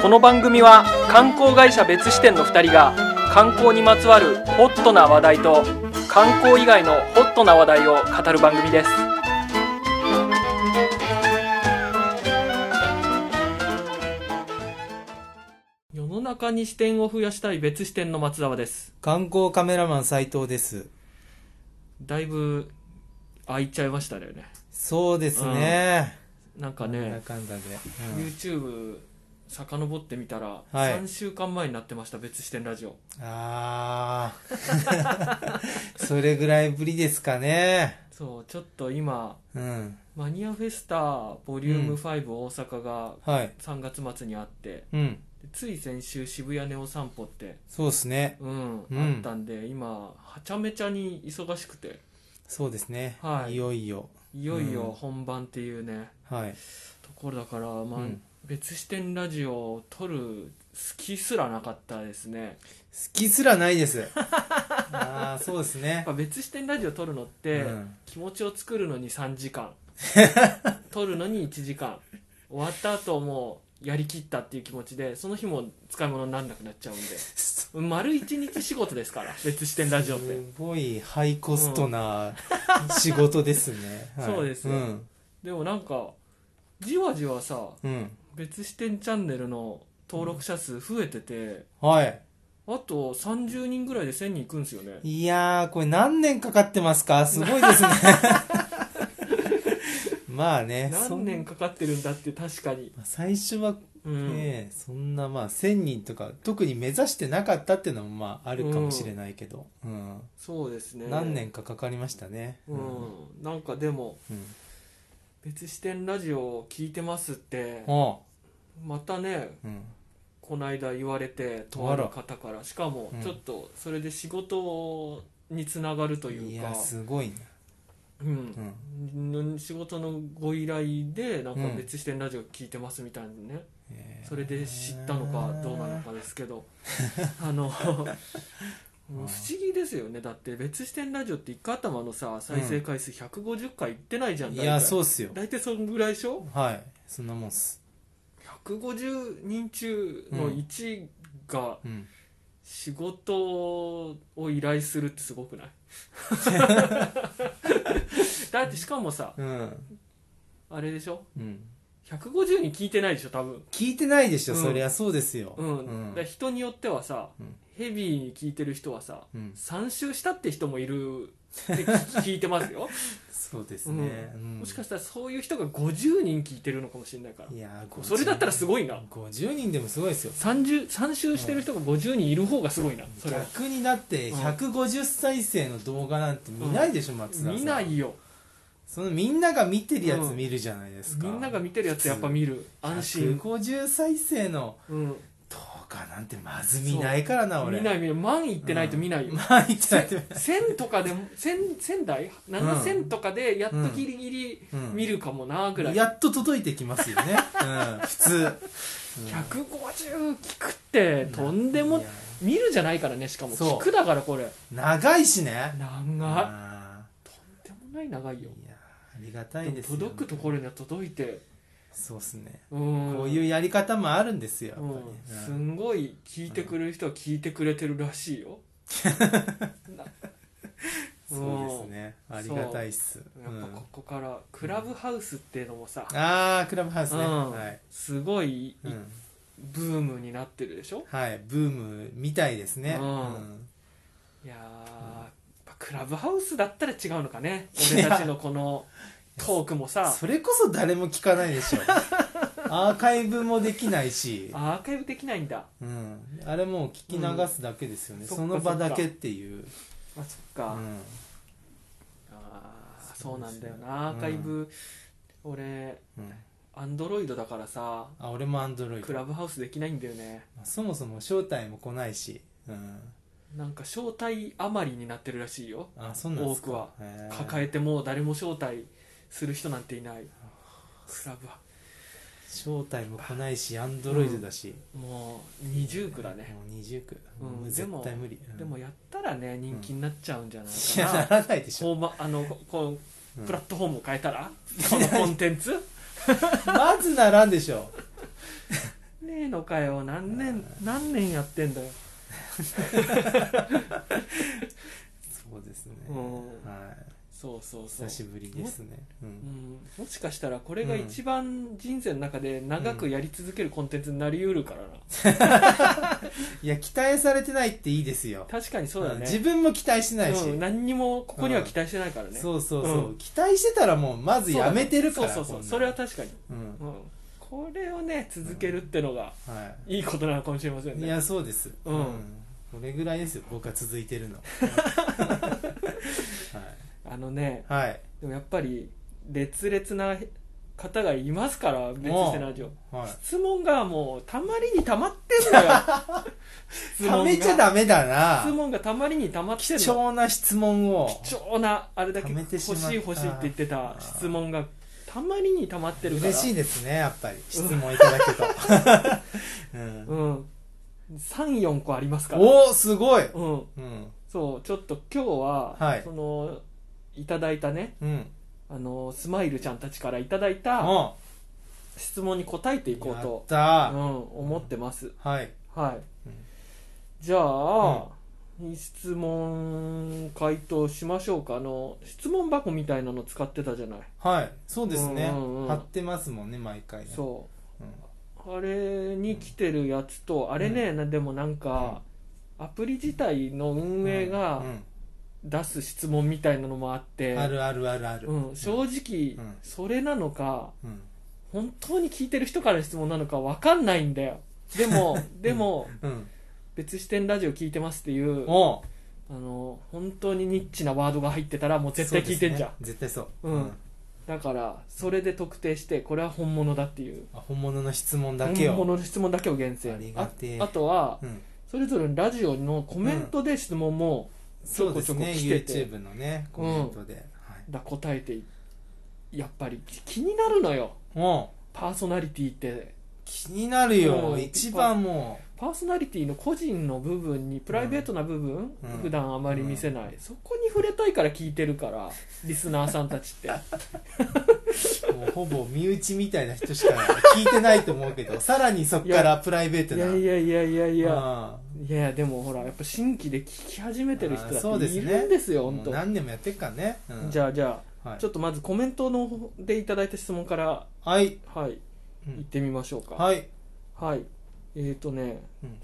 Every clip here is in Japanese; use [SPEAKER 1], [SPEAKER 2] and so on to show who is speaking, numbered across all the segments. [SPEAKER 1] この番組は観光会社別支店の2人が観光にまつわるホットな話題と観光以外のホットな話題を語る番組です世の中に視点を増やしたい別支店の松沢です
[SPEAKER 2] 観光カメラマン斉藤です
[SPEAKER 1] だいぶ空いちゃいましたよね
[SPEAKER 2] そうですね、
[SPEAKER 1] なんか
[SPEAKER 2] なんだ
[SPEAKER 1] ね
[SPEAKER 2] かんだで、
[SPEAKER 1] YouTube 遡ってみたら、
[SPEAKER 2] はい
[SPEAKER 1] 3週間前になってました別支店ラジオ
[SPEAKER 2] ああ それぐらいぶりですかね
[SPEAKER 1] そうちょっと今
[SPEAKER 2] うん
[SPEAKER 1] マニアフェスタボリューム
[SPEAKER 2] うん
[SPEAKER 1] 5大阪が
[SPEAKER 2] はい
[SPEAKER 1] 3月末にあって、
[SPEAKER 2] うん
[SPEAKER 1] つい先週渋谷ネオ散歩って、
[SPEAKER 2] そうですね
[SPEAKER 1] うん
[SPEAKER 2] うん
[SPEAKER 1] あったんで今はちゃめちゃに忙しくて
[SPEAKER 2] そうですね、
[SPEAKER 1] はい
[SPEAKER 2] いよいよ
[SPEAKER 1] いよいよ
[SPEAKER 2] うん
[SPEAKER 1] 本番っていうね、
[SPEAKER 2] はい
[SPEAKER 1] ところだから、まあ
[SPEAKER 2] うん
[SPEAKER 1] 別視点ラジオを撮る隙すらなかったですね
[SPEAKER 2] 好きすらないですああそうです
[SPEAKER 1] やっ
[SPEAKER 2] ね
[SPEAKER 1] ぱ別視点ラジオ撮るのって、
[SPEAKER 2] うん
[SPEAKER 1] 気持ちを作るのに3時 間撮るのに1時間終わった後もうやりきったっていう気持ちでその日も使い物にならなくなっちゃうんで
[SPEAKER 2] す
[SPEAKER 1] 丸1日仕事ですから別視点ラジオって
[SPEAKER 2] ごいハイコストな仕事ですね、はい
[SPEAKER 1] そうですよ
[SPEAKER 2] うん
[SPEAKER 1] でもなんかじわじわさ
[SPEAKER 2] うん
[SPEAKER 1] 別視点チャンネルの登録者数増えてて、
[SPEAKER 2] はい
[SPEAKER 1] あと30人ぐらいで1000人いくんですよね
[SPEAKER 2] いやー、これ何年かかってますかすごい ですね。まあね、そ
[SPEAKER 1] 何
[SPEAKER 2] ん
[SPEAKER 1] 年かかってるんだって確かに、
[SPEAKER 2] 最初は
[SPEAKER 1] うん
[SPEAKER 2] ね、そんなまあ1000人とか、特に目指してなかったっていうのもまああるかもしれないけど、うん
[SPEAKER 1] そうですね
[SPEAKER 2] 何年かかかりましたね。
[SPEAKER 1] う
[SPEAKER 2] うん
[SPEAKER 1] んなんかでも
[SPEAKER 2] うん
[SPEAKER 1] 別視点ラジオを聞いてますって
[SPEAKER 2] あ
[SPEAKER 1] またね
[SPEAKER 2] うん
[SPEAKER 1] この間言われてとある方からしかも
[SPEAKER 2] うん
[SPEAKER 1] ちょっとそれで仕事につながると
[SPEAKER 2] い
[SPEAKER 1] いうか
[SPEAKER 2] や、すごいな。
[SPEAKER 1] うん
[SPEAKER 2] うん
[SPEAKER 1] ん仕事のご依頼でなんか
[SPEAKER 2] うん
[SPEAKER 1] 別視点ラジオ聞いてますみたいなね、
[SPEAKER 2] えー
[SPEAKER 1] それで知ったのかどうなのかですけ どあのもう不思議ですよねだって別視点ラジオって一回頭のさ再生回数150回いってないじゃん、
[SPEAKER 2] い
[SPEAKER 1] 大
[SPEAKER 2] や、
[SPEAKER 1] 体
[SPEAKER 2] そうっすよ。
[SPEAKER 1] 大体そんぐらいでしょ
[SPEAKER 2] はい。そんなもんっす。
[SPEAKER 1] 150人中の1が
[SPEAKER 2] うん。
[SPEAKER 1] 仕事を依頼するってすごくない だってしかもさ
[SPEAKER 2] うん。
[SPEAKER 1] あれでしょ
[SPEAKER 2] うん。
[SPEAKER 1] 150人聞いてないでしょ多分
[SPEAKER 2] 聞いてないでしょ、
[SPEAKER 1] うん
[SPEAKER 2] そりゃそうですよ。
[SPEAKER 1] うん、だ
[SPEAKER 2] ん
[SPEAKER 1] から人によってはさ、
[SPEAKER 2] うん
[SPEAKER 1] ヘビーに聞いてる人はさ
[SPEAKER 2] うん。
[SPEAKER 1] 3周したって人もいる って聞聞いてますよ、
[SPEAKER 2] そうですね。うん
[SPEAKER 1] もしかしたらそういう人が50人聞いてるのかもしれないから
[SPEAKER 2] いやー
[SPEAKER 1] それだったらすごいな
[SPEAKER 2] 50人でもすごいですよ
[SPEAKER 1] 30 3周してる人が50人いる方がすごいなそれは
[SPEAKER 2] 逆にだって
[SPEAKER 1] うん
[SPEAKER 2] 150再生の動画なんて見ないでしょ、松田さん
[SPEAKER 1] 見ないよ
[SPEAKER 2] そのみんなが見てるやつ見るじゃないですか、
[SPEAKER 1] みんなが見てるやつやっぱ見る安心、
[SPEAKER 2] 150再生の
[SPEAKER 1] うん、
[SPEAKER 2] 動画なんてまず見ないからな俺
[SPEAKER 1] 見ない
[SPEAKER 2] い
[SPEAKER 1] 見ない万いってないと見ないよ、
[SPEAKER 2] まあ言ってないと
[SPEAKER 1] 1000とかでも1000 1000台7000とかでやっとギリギリ
[SPEAKER 2] うん
[SPEAKER 1] 見るかもなぐらい、
[SPEAKER 2] やっと届いてきますよね、 うん、普通、うん
[SPEAKER 1] 150聞くってとんで
[SPEAKER 2] い
[SPEAKER 1] も
[SPEAKER 2] や
[SPEAKER 1] 見るじゃないからねしかも
[SPEAKER 2] そう
[SPEAKER 1] 聞くだからこれ
[SPEAKER 2] 長いしね
[SPEAKER 1] 長
[SPEAKER 2] あ
[SPEAKER 1] いとんでもない長いよ
[SPEAKER 2] ーいやありがたいです
[SPEAKER 1] でも
[SPEAKER 2] よ
[SPEAKER 1] 届くところには届いて
[SPEAKER 2] そうっすね
[SPEAKER 1] うん
[SPEAKER 2] こういうやり方もあるんですよやっぱり、
[SPEAKER 1] うん、
[SPEAKER 2] うん
[SPEAKER 1] すんごい聞いてくれる人は聞いてくれてるらしいよな
[SPEAKER 2] そうですね。ありがたいっす。
[SPEAKER 1] やっぱ
[SPEAKER 2] うん
[SPEAKER 1] ここからクラブハウスっていうのもさ、
[SPEAKER 2] ああ、クラブハウス
[SPEAKER 1] う
[SPEAKER 2] ね。
[SPEAKER 1] ん
[SPEAKER 2] はい。
[SPEAKER 1] すごいい
[SPEAKER 2] うん
[SPEAKER 1] ブームになってるでしょ
[SPEAKER 2] はい。ブームみたいですね。
[SPEAKER 1] うん
[SPEAKER 2] うん
[SPEAKER 1] いやー、やっぱクラブハウスだったら違うのかね俺たちのこのトークもさ
[SPEAKER 2] それこそ誰も聞かない でしょ。アーカイブもできないし、
[SPEAKER 1] アーカイブできないんだ
[SPEAKER 2] うん。あれもう聞き流すだけですよね。
[SPEAKER 1] うん
[SPEAKER 2] その場だけっていう。
[SPEAKER 1] あそっ
[SPEAKER 2] う
[SPEAKER 1] か、
[SPEAKER 2] ん
[SPEAKER 1] あーそ
[SPEAKER 2] そううで
[SPEAKER 1] な
[SPEAKER 2] す
[SPEAKER 1] ん
[SPEAKER 2] ね
[SPEAKER 1] だよなアーカイブ、俺
[SPEAKER 2] うん
[SPEAKER 1] アンドロイドだからさ
[SPEAKER 2] あ、俺もアンドロイ
[SPEAKER 1] ク
[SPEAKER 2] ド。
[SPEAKER 1] ラブハウスできないんだよね
[SPEAKER 2] そもそも招待も来ないし。うん。
[SPEAKER 1] なんか招待余りになってるらしいよ
[SPEAKER 2] あ、そうなんですか。
[SPEAKER 1] 多くは
[SPEAKER 2] へー
[SPEAKER 1] 抱えてもう誰も招待する人なんていないクラブは
[SPEAKER 2] 招待も来ないし、アンドロイドだし。
[SPEAKER 1] もう二重苦だね、
[SPEAKER 2] もう二重苦。
[SPEAKER 1] うん
[SPEAKER 2] もう
[SPEAKER 1] で
[SPEAKER 2] 絶
[SPEAKER 1] も
[SPEAKER 2] 対無理。うん
[SPEAKER 1] でもやったらね人気になっちゃうんじゃない
[SPEAKER 2] いや、
[SPEAKER 1] か な
[SPEAKER 2] な、らないでしょ。
[SPEAKER 1] こうまあのここう
[SPEAKER 2] うん
[SPEAKER 1] プラットフォームを変え たら、このコンテンツ
[SPEAKER 2] まずならんでしょ。
[SPEAKER 1] ねねえのかよ何年何年やってんだよ
[SPEAKER 2] そうですね、
[SPEAKER 1] うん
[SPEAKER 2] はい
[SPEAKER 1] そうそうそう
[SPEAKER 2] 久しぶりですね、う、
[SPEAKER 1] うんん、もしかしたらこれが一番人生の中で長くやり続けるコンテンツになりうるからな、
[SPEAKER 2] いや期待されてないっていいですよ
[SPEAKER 1] 確かにそうだね
[SPEAKER 2] ん自分も期待してないし、
[SPEAKER 1] うん、何にもここには期待してないからね、
[SPEAKER 2] そうそうそう、
[SPEAKER 1] うん
[SPEAKER 2] 期待してたらもうまずやめてるから
[SPEAKER 1] そうそうそ
[SPEAKER 2] こん
[SPEAKER 1] う
[SPEAKER 2] なの
[SPEAKER 1] それは確かに、
[SPEAKER 2] うん
[SPEAKER 1] うん、これをね続けるってのが
[SPEAKER 2] はい
[SPEAKER 1] いことなのかもしれません
[SPEAKER 2] い、い
[SPEAKER 1] ね
[SPEAKER 2] やそうです、
[SPEAKER 1] うん
[SPEAKER 2] これぐらいですよ僕は続い てるの
[SPEAKER 1] あのね
[SPEAKER 2] はい、はい
[SPEAKER 1] でもやっぱり烈烈な方がいますから別してラジオ
[SPEAKER 2] はい、
[SPEAKER 1] 質問がもうたまりにたまって んだよ質
[SPEAKER 2] た
[SPEAKER 1] 問
[SPEAKER 2] めちゃ
[SPEAKER 1] が
[SPEAKER 2] ダメだな
[SPEAKER 1] 質問がたまりにたまってん
[SPEAKER 2] 貴
[SPEAKER 1] の
[SPEAKER 2] 重な質問を
[SPEAKER 1] 貴重なあれだけ
[SPEAKER 2] ため
[SPEAKER 1] 欲
[SPEAKER 2] て
[SPEAKER 1] し
[SPEAKER 2] し
[SPEAKER 1] い
[SPEAKER 2] まった
[SPEAKER 1] 欲しいって言ってた質問がたまりにたまってるから
[SPEAKER 2] 嬉しいですねやっぱり質問いただけと、 うん
[SPEAKER 1] うん34個ありますから
[SPEAKER 2] おおすごい
[SPEAKER 1] うん
[SPEAKER 2] うん
[SPEAKER 1] そうちょっと今日は、
[SPEAKER 2] はい
[SPEAKER 1] そのいただいたね
[SPEAKER 2] うん
[SPEAKER 1] あのスマイルちゃんたちからいただいた
[SPEAKER 2] あ
[SPEAKER 1] 質問に答えていこう
[SPEAKER 2] やっ
[SPEAKER 1] と、
[SPEAKER 2] た
[SPEAKER 1] うん、思ってます、
[SPEAKER 2] はい
[SPEAKER 1] はい、
[SPEAKER 2] うん
[SPEAKER 1] じゃあ、質問回答しましょうかあの質問箱みたいなの使ってたじゃない、
[SPEAKER 2] はいそうですね、
[SPEAKER 1] うんうんうん
[SPEAKER 2] 貼ってますもんね毎回ね
[SPEAKER 1] そう
[SPEAKER 2] うん、
[SPEAKER 1] あれに来てるやつと、あれねなでもなんか、アプリ自体の運営が
[SPEAKER 2] うん
[SPEAKER 1] 出す質問みたいなのもあって、
[SPEAKER 2] あるあるあるある
[SPEAKER 1] うん、正直、
[SPEAKER 2] うん
[SPEAKER 1] それなのか
[SPEAKER 2] うん
[SPEAKER 1] 本当に聞いてる人からの質問なのか分かんないんだよで もでも
[SPEAKER 2] うん
[SPEAKER 1] 別視点ラジオ聞いてますっていう
[SPEAKER 2] おう
[SPEAKER 1] あの本当にニッチなワードが入ってたらもう絶対聞いてんじゃん、
[SPEAKER 2] そうですね絶対そう
[SPEAKER 1] うんだからそれで特定してこれは本物だっていう
[SPEAKER 2] あ本物の質問だけを
[SPEAKER 1] 本物の質問だけを厳選
[SPEAKER 2] ありがてえ
[SPEAKER 1] ああとは
[SPEAKER 2] うん、
[SPEAKER 1] それぞれのラジオのコメントで質問も、
[SPEAKER 2] そうですね
[SPEAKER 1] ちょこちょこ来てて
[SPEAKER 2] YouTube のねコメントで、はい、
[SPEAKER 1] だ答えてやっぱり気になるのよ
[SPEAKER 2] おう
[SPEAKER 1] パーソナリティって
[SPEAKER 2] 気になるよ、
[SPEAKER 1] うん
[SPEAKER 2] 一番も
[SPEAKER 1] パーソナリティの個人の部分にプライベートな部分、
[SPEAKER 2] うん
[SPEAKER 1] 普段あまり見せない、そこに触れたいから聞いてるからリスナーさんたちって
[SPEAKER 2] うもうほぼ身内みたいな人しか聞いてないと思うけ どさらにそっからプライベート
[SPEAKER 1] い
[SPEAKER 2] な
[SPEAKER 1] やいやいやいやいや
[SPEAKER 2] あ
[SPEAKER 1] いやでもほらやっぱ新規で聞き始めてる人
[SPEAKER 2] あそ
[SPEAKER 1] だ
[SPEAKER 2] う
[SPEAKER 1] って
[SPEAKER 2] ですね
[SPEAKER 1] いるんです
[SPEAKER 2] あ
[SPEAKER 1] よ
[SPEAKER 2] もう
[SPEAKER 1] 本
[SPEAKER 2] 何年もやってっからね、う
[SPEAKER 1] 当
[SPEAKER 2] ん、
[SPEAKER 1] じゃあじゃ
[SPEAKER 2] あ、は
[SPEAKER 1] あ
[SPEAKER 2] い
[SPEAKER 1] ちょっとまずコメントの方でいただいた質問から
[SPEAKER 2] はい、
[SPEAKER 1] はい
[SPEAKER 2] うん
[SPEAKER 1] 行ってみましょうか
[SPEAKER 2] はい、
[SPEAKER 1] はい。えっ、ー、とね、
[SPEAKER 2] うん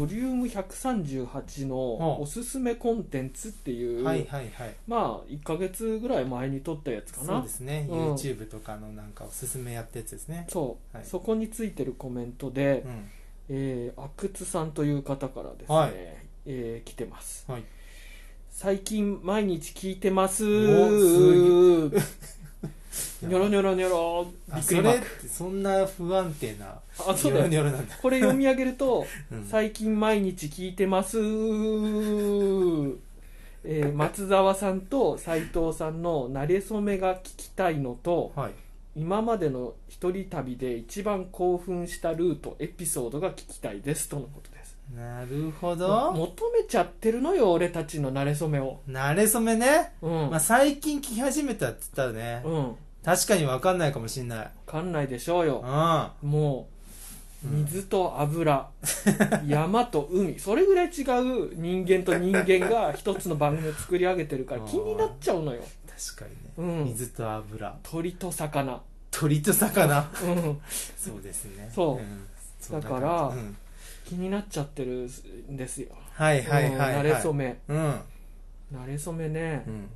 [SPEAKER 1] ボリューム138の
[SPEAKER 2] はあ
[SPEAKER 1] おすすめコンテンツっていう、
[SPEAKER 2] はいはいはい
[SPEAKER 1] まあ、1ヶ月ぐらい前に撮ったやつかな。
[SPEAKER 2] そうですね、
[SPEAKER 1] うん
[SPEAKER 2] YouTube とかのなんかおすすめやったやつですね
[SPEAKER 1] そう
[SPEAKER 2] はい
[SPEAKER 1] そこについてるコメントで、
[SPEAKER 2] うん
[SPEAKER 1] えー、阿久津さんという方からですね、
[SPEAKER 2] はい
[SPEAKER 1] えー来てます。
[SPEAKER 2] はい
[SPEAKER 1] 最近毎日聞いてます。
[SPEAKER 2] お
[SPEAKER 1] ニョロニョロニョロ。びっ
[SPEAKER 2] あ
[SPEAKER 1] く
[SPEAKER 2] そ
[SPEAKER 1] りマ
[SPEAKER 2] れっ
[SPEAKER 1] ーク。
[SPEAKER 2] てそんな不安定な
[SPEAKER 1] あ、そうだよ
[SPEAKER 2] ニ。ョロニョロなんだ、
[SPEAKER 1] これ読み上げると、
[SPEAKER 2] うん
[SPEAKER 1] 最近毎日聞いてます、えー松沢さんと斉藤さんの馴れ初めが聞きたいのと
[SPEAKER 2] はい
[SPEAKER 1] 今までの一人旅で一番興奮したルートエピソードが聞きたいですとのことです
[SPEAKER 2] なるほど
[SPEAKER 1] 求めちゃってるのよ俺たちの馴れ初めを
[SPEAKER 2] 慣れ初めね、
[SPEAKER 1] うん、
[SPEAKER 2] まあ、最近聞き始めたって言ったらね、
[SPEAKER 1] うんわ
[SPEAKER 2] 確かに分かんないかもしんない
[SPEAKER 1] かんないでしょう
[SPEAKER 2] う
[SPEAKER 1] よ
[SPEAKER 2] ん
[SPEAKER 1] もう
[SPEAKER 2] うん
[SPEAKER 1] 水と 油、山と海それぐらい違う人間と人間が一つの番組を作り上げてるから気になっちゃうのよ
[SPEAKER 2] 確かにね、
[SPEAKER 1] うん
[SPEAKER 2] 水と油
[SPEAKER 1] 鳥と魚、
[SPEAKER 2] 鳥 と魚
[SPEAKER 1] うん、
[SPEAKER 2] そうですね
[SPEAKER 1] そうんだから
[SPEAKER 2] そんな感じうん
[SPEAKER 1] 気になっちゃってるんですよ
[SPEAKER 2] はいはいはいは
[SPEAKER 1] うん慣
[SPEAKER 2] い
[SPEAKER 1] れ初め
[SPEAKER 2] うん
[SPEAKER 1] 慣れ初めね
[SPEAKER 2] うん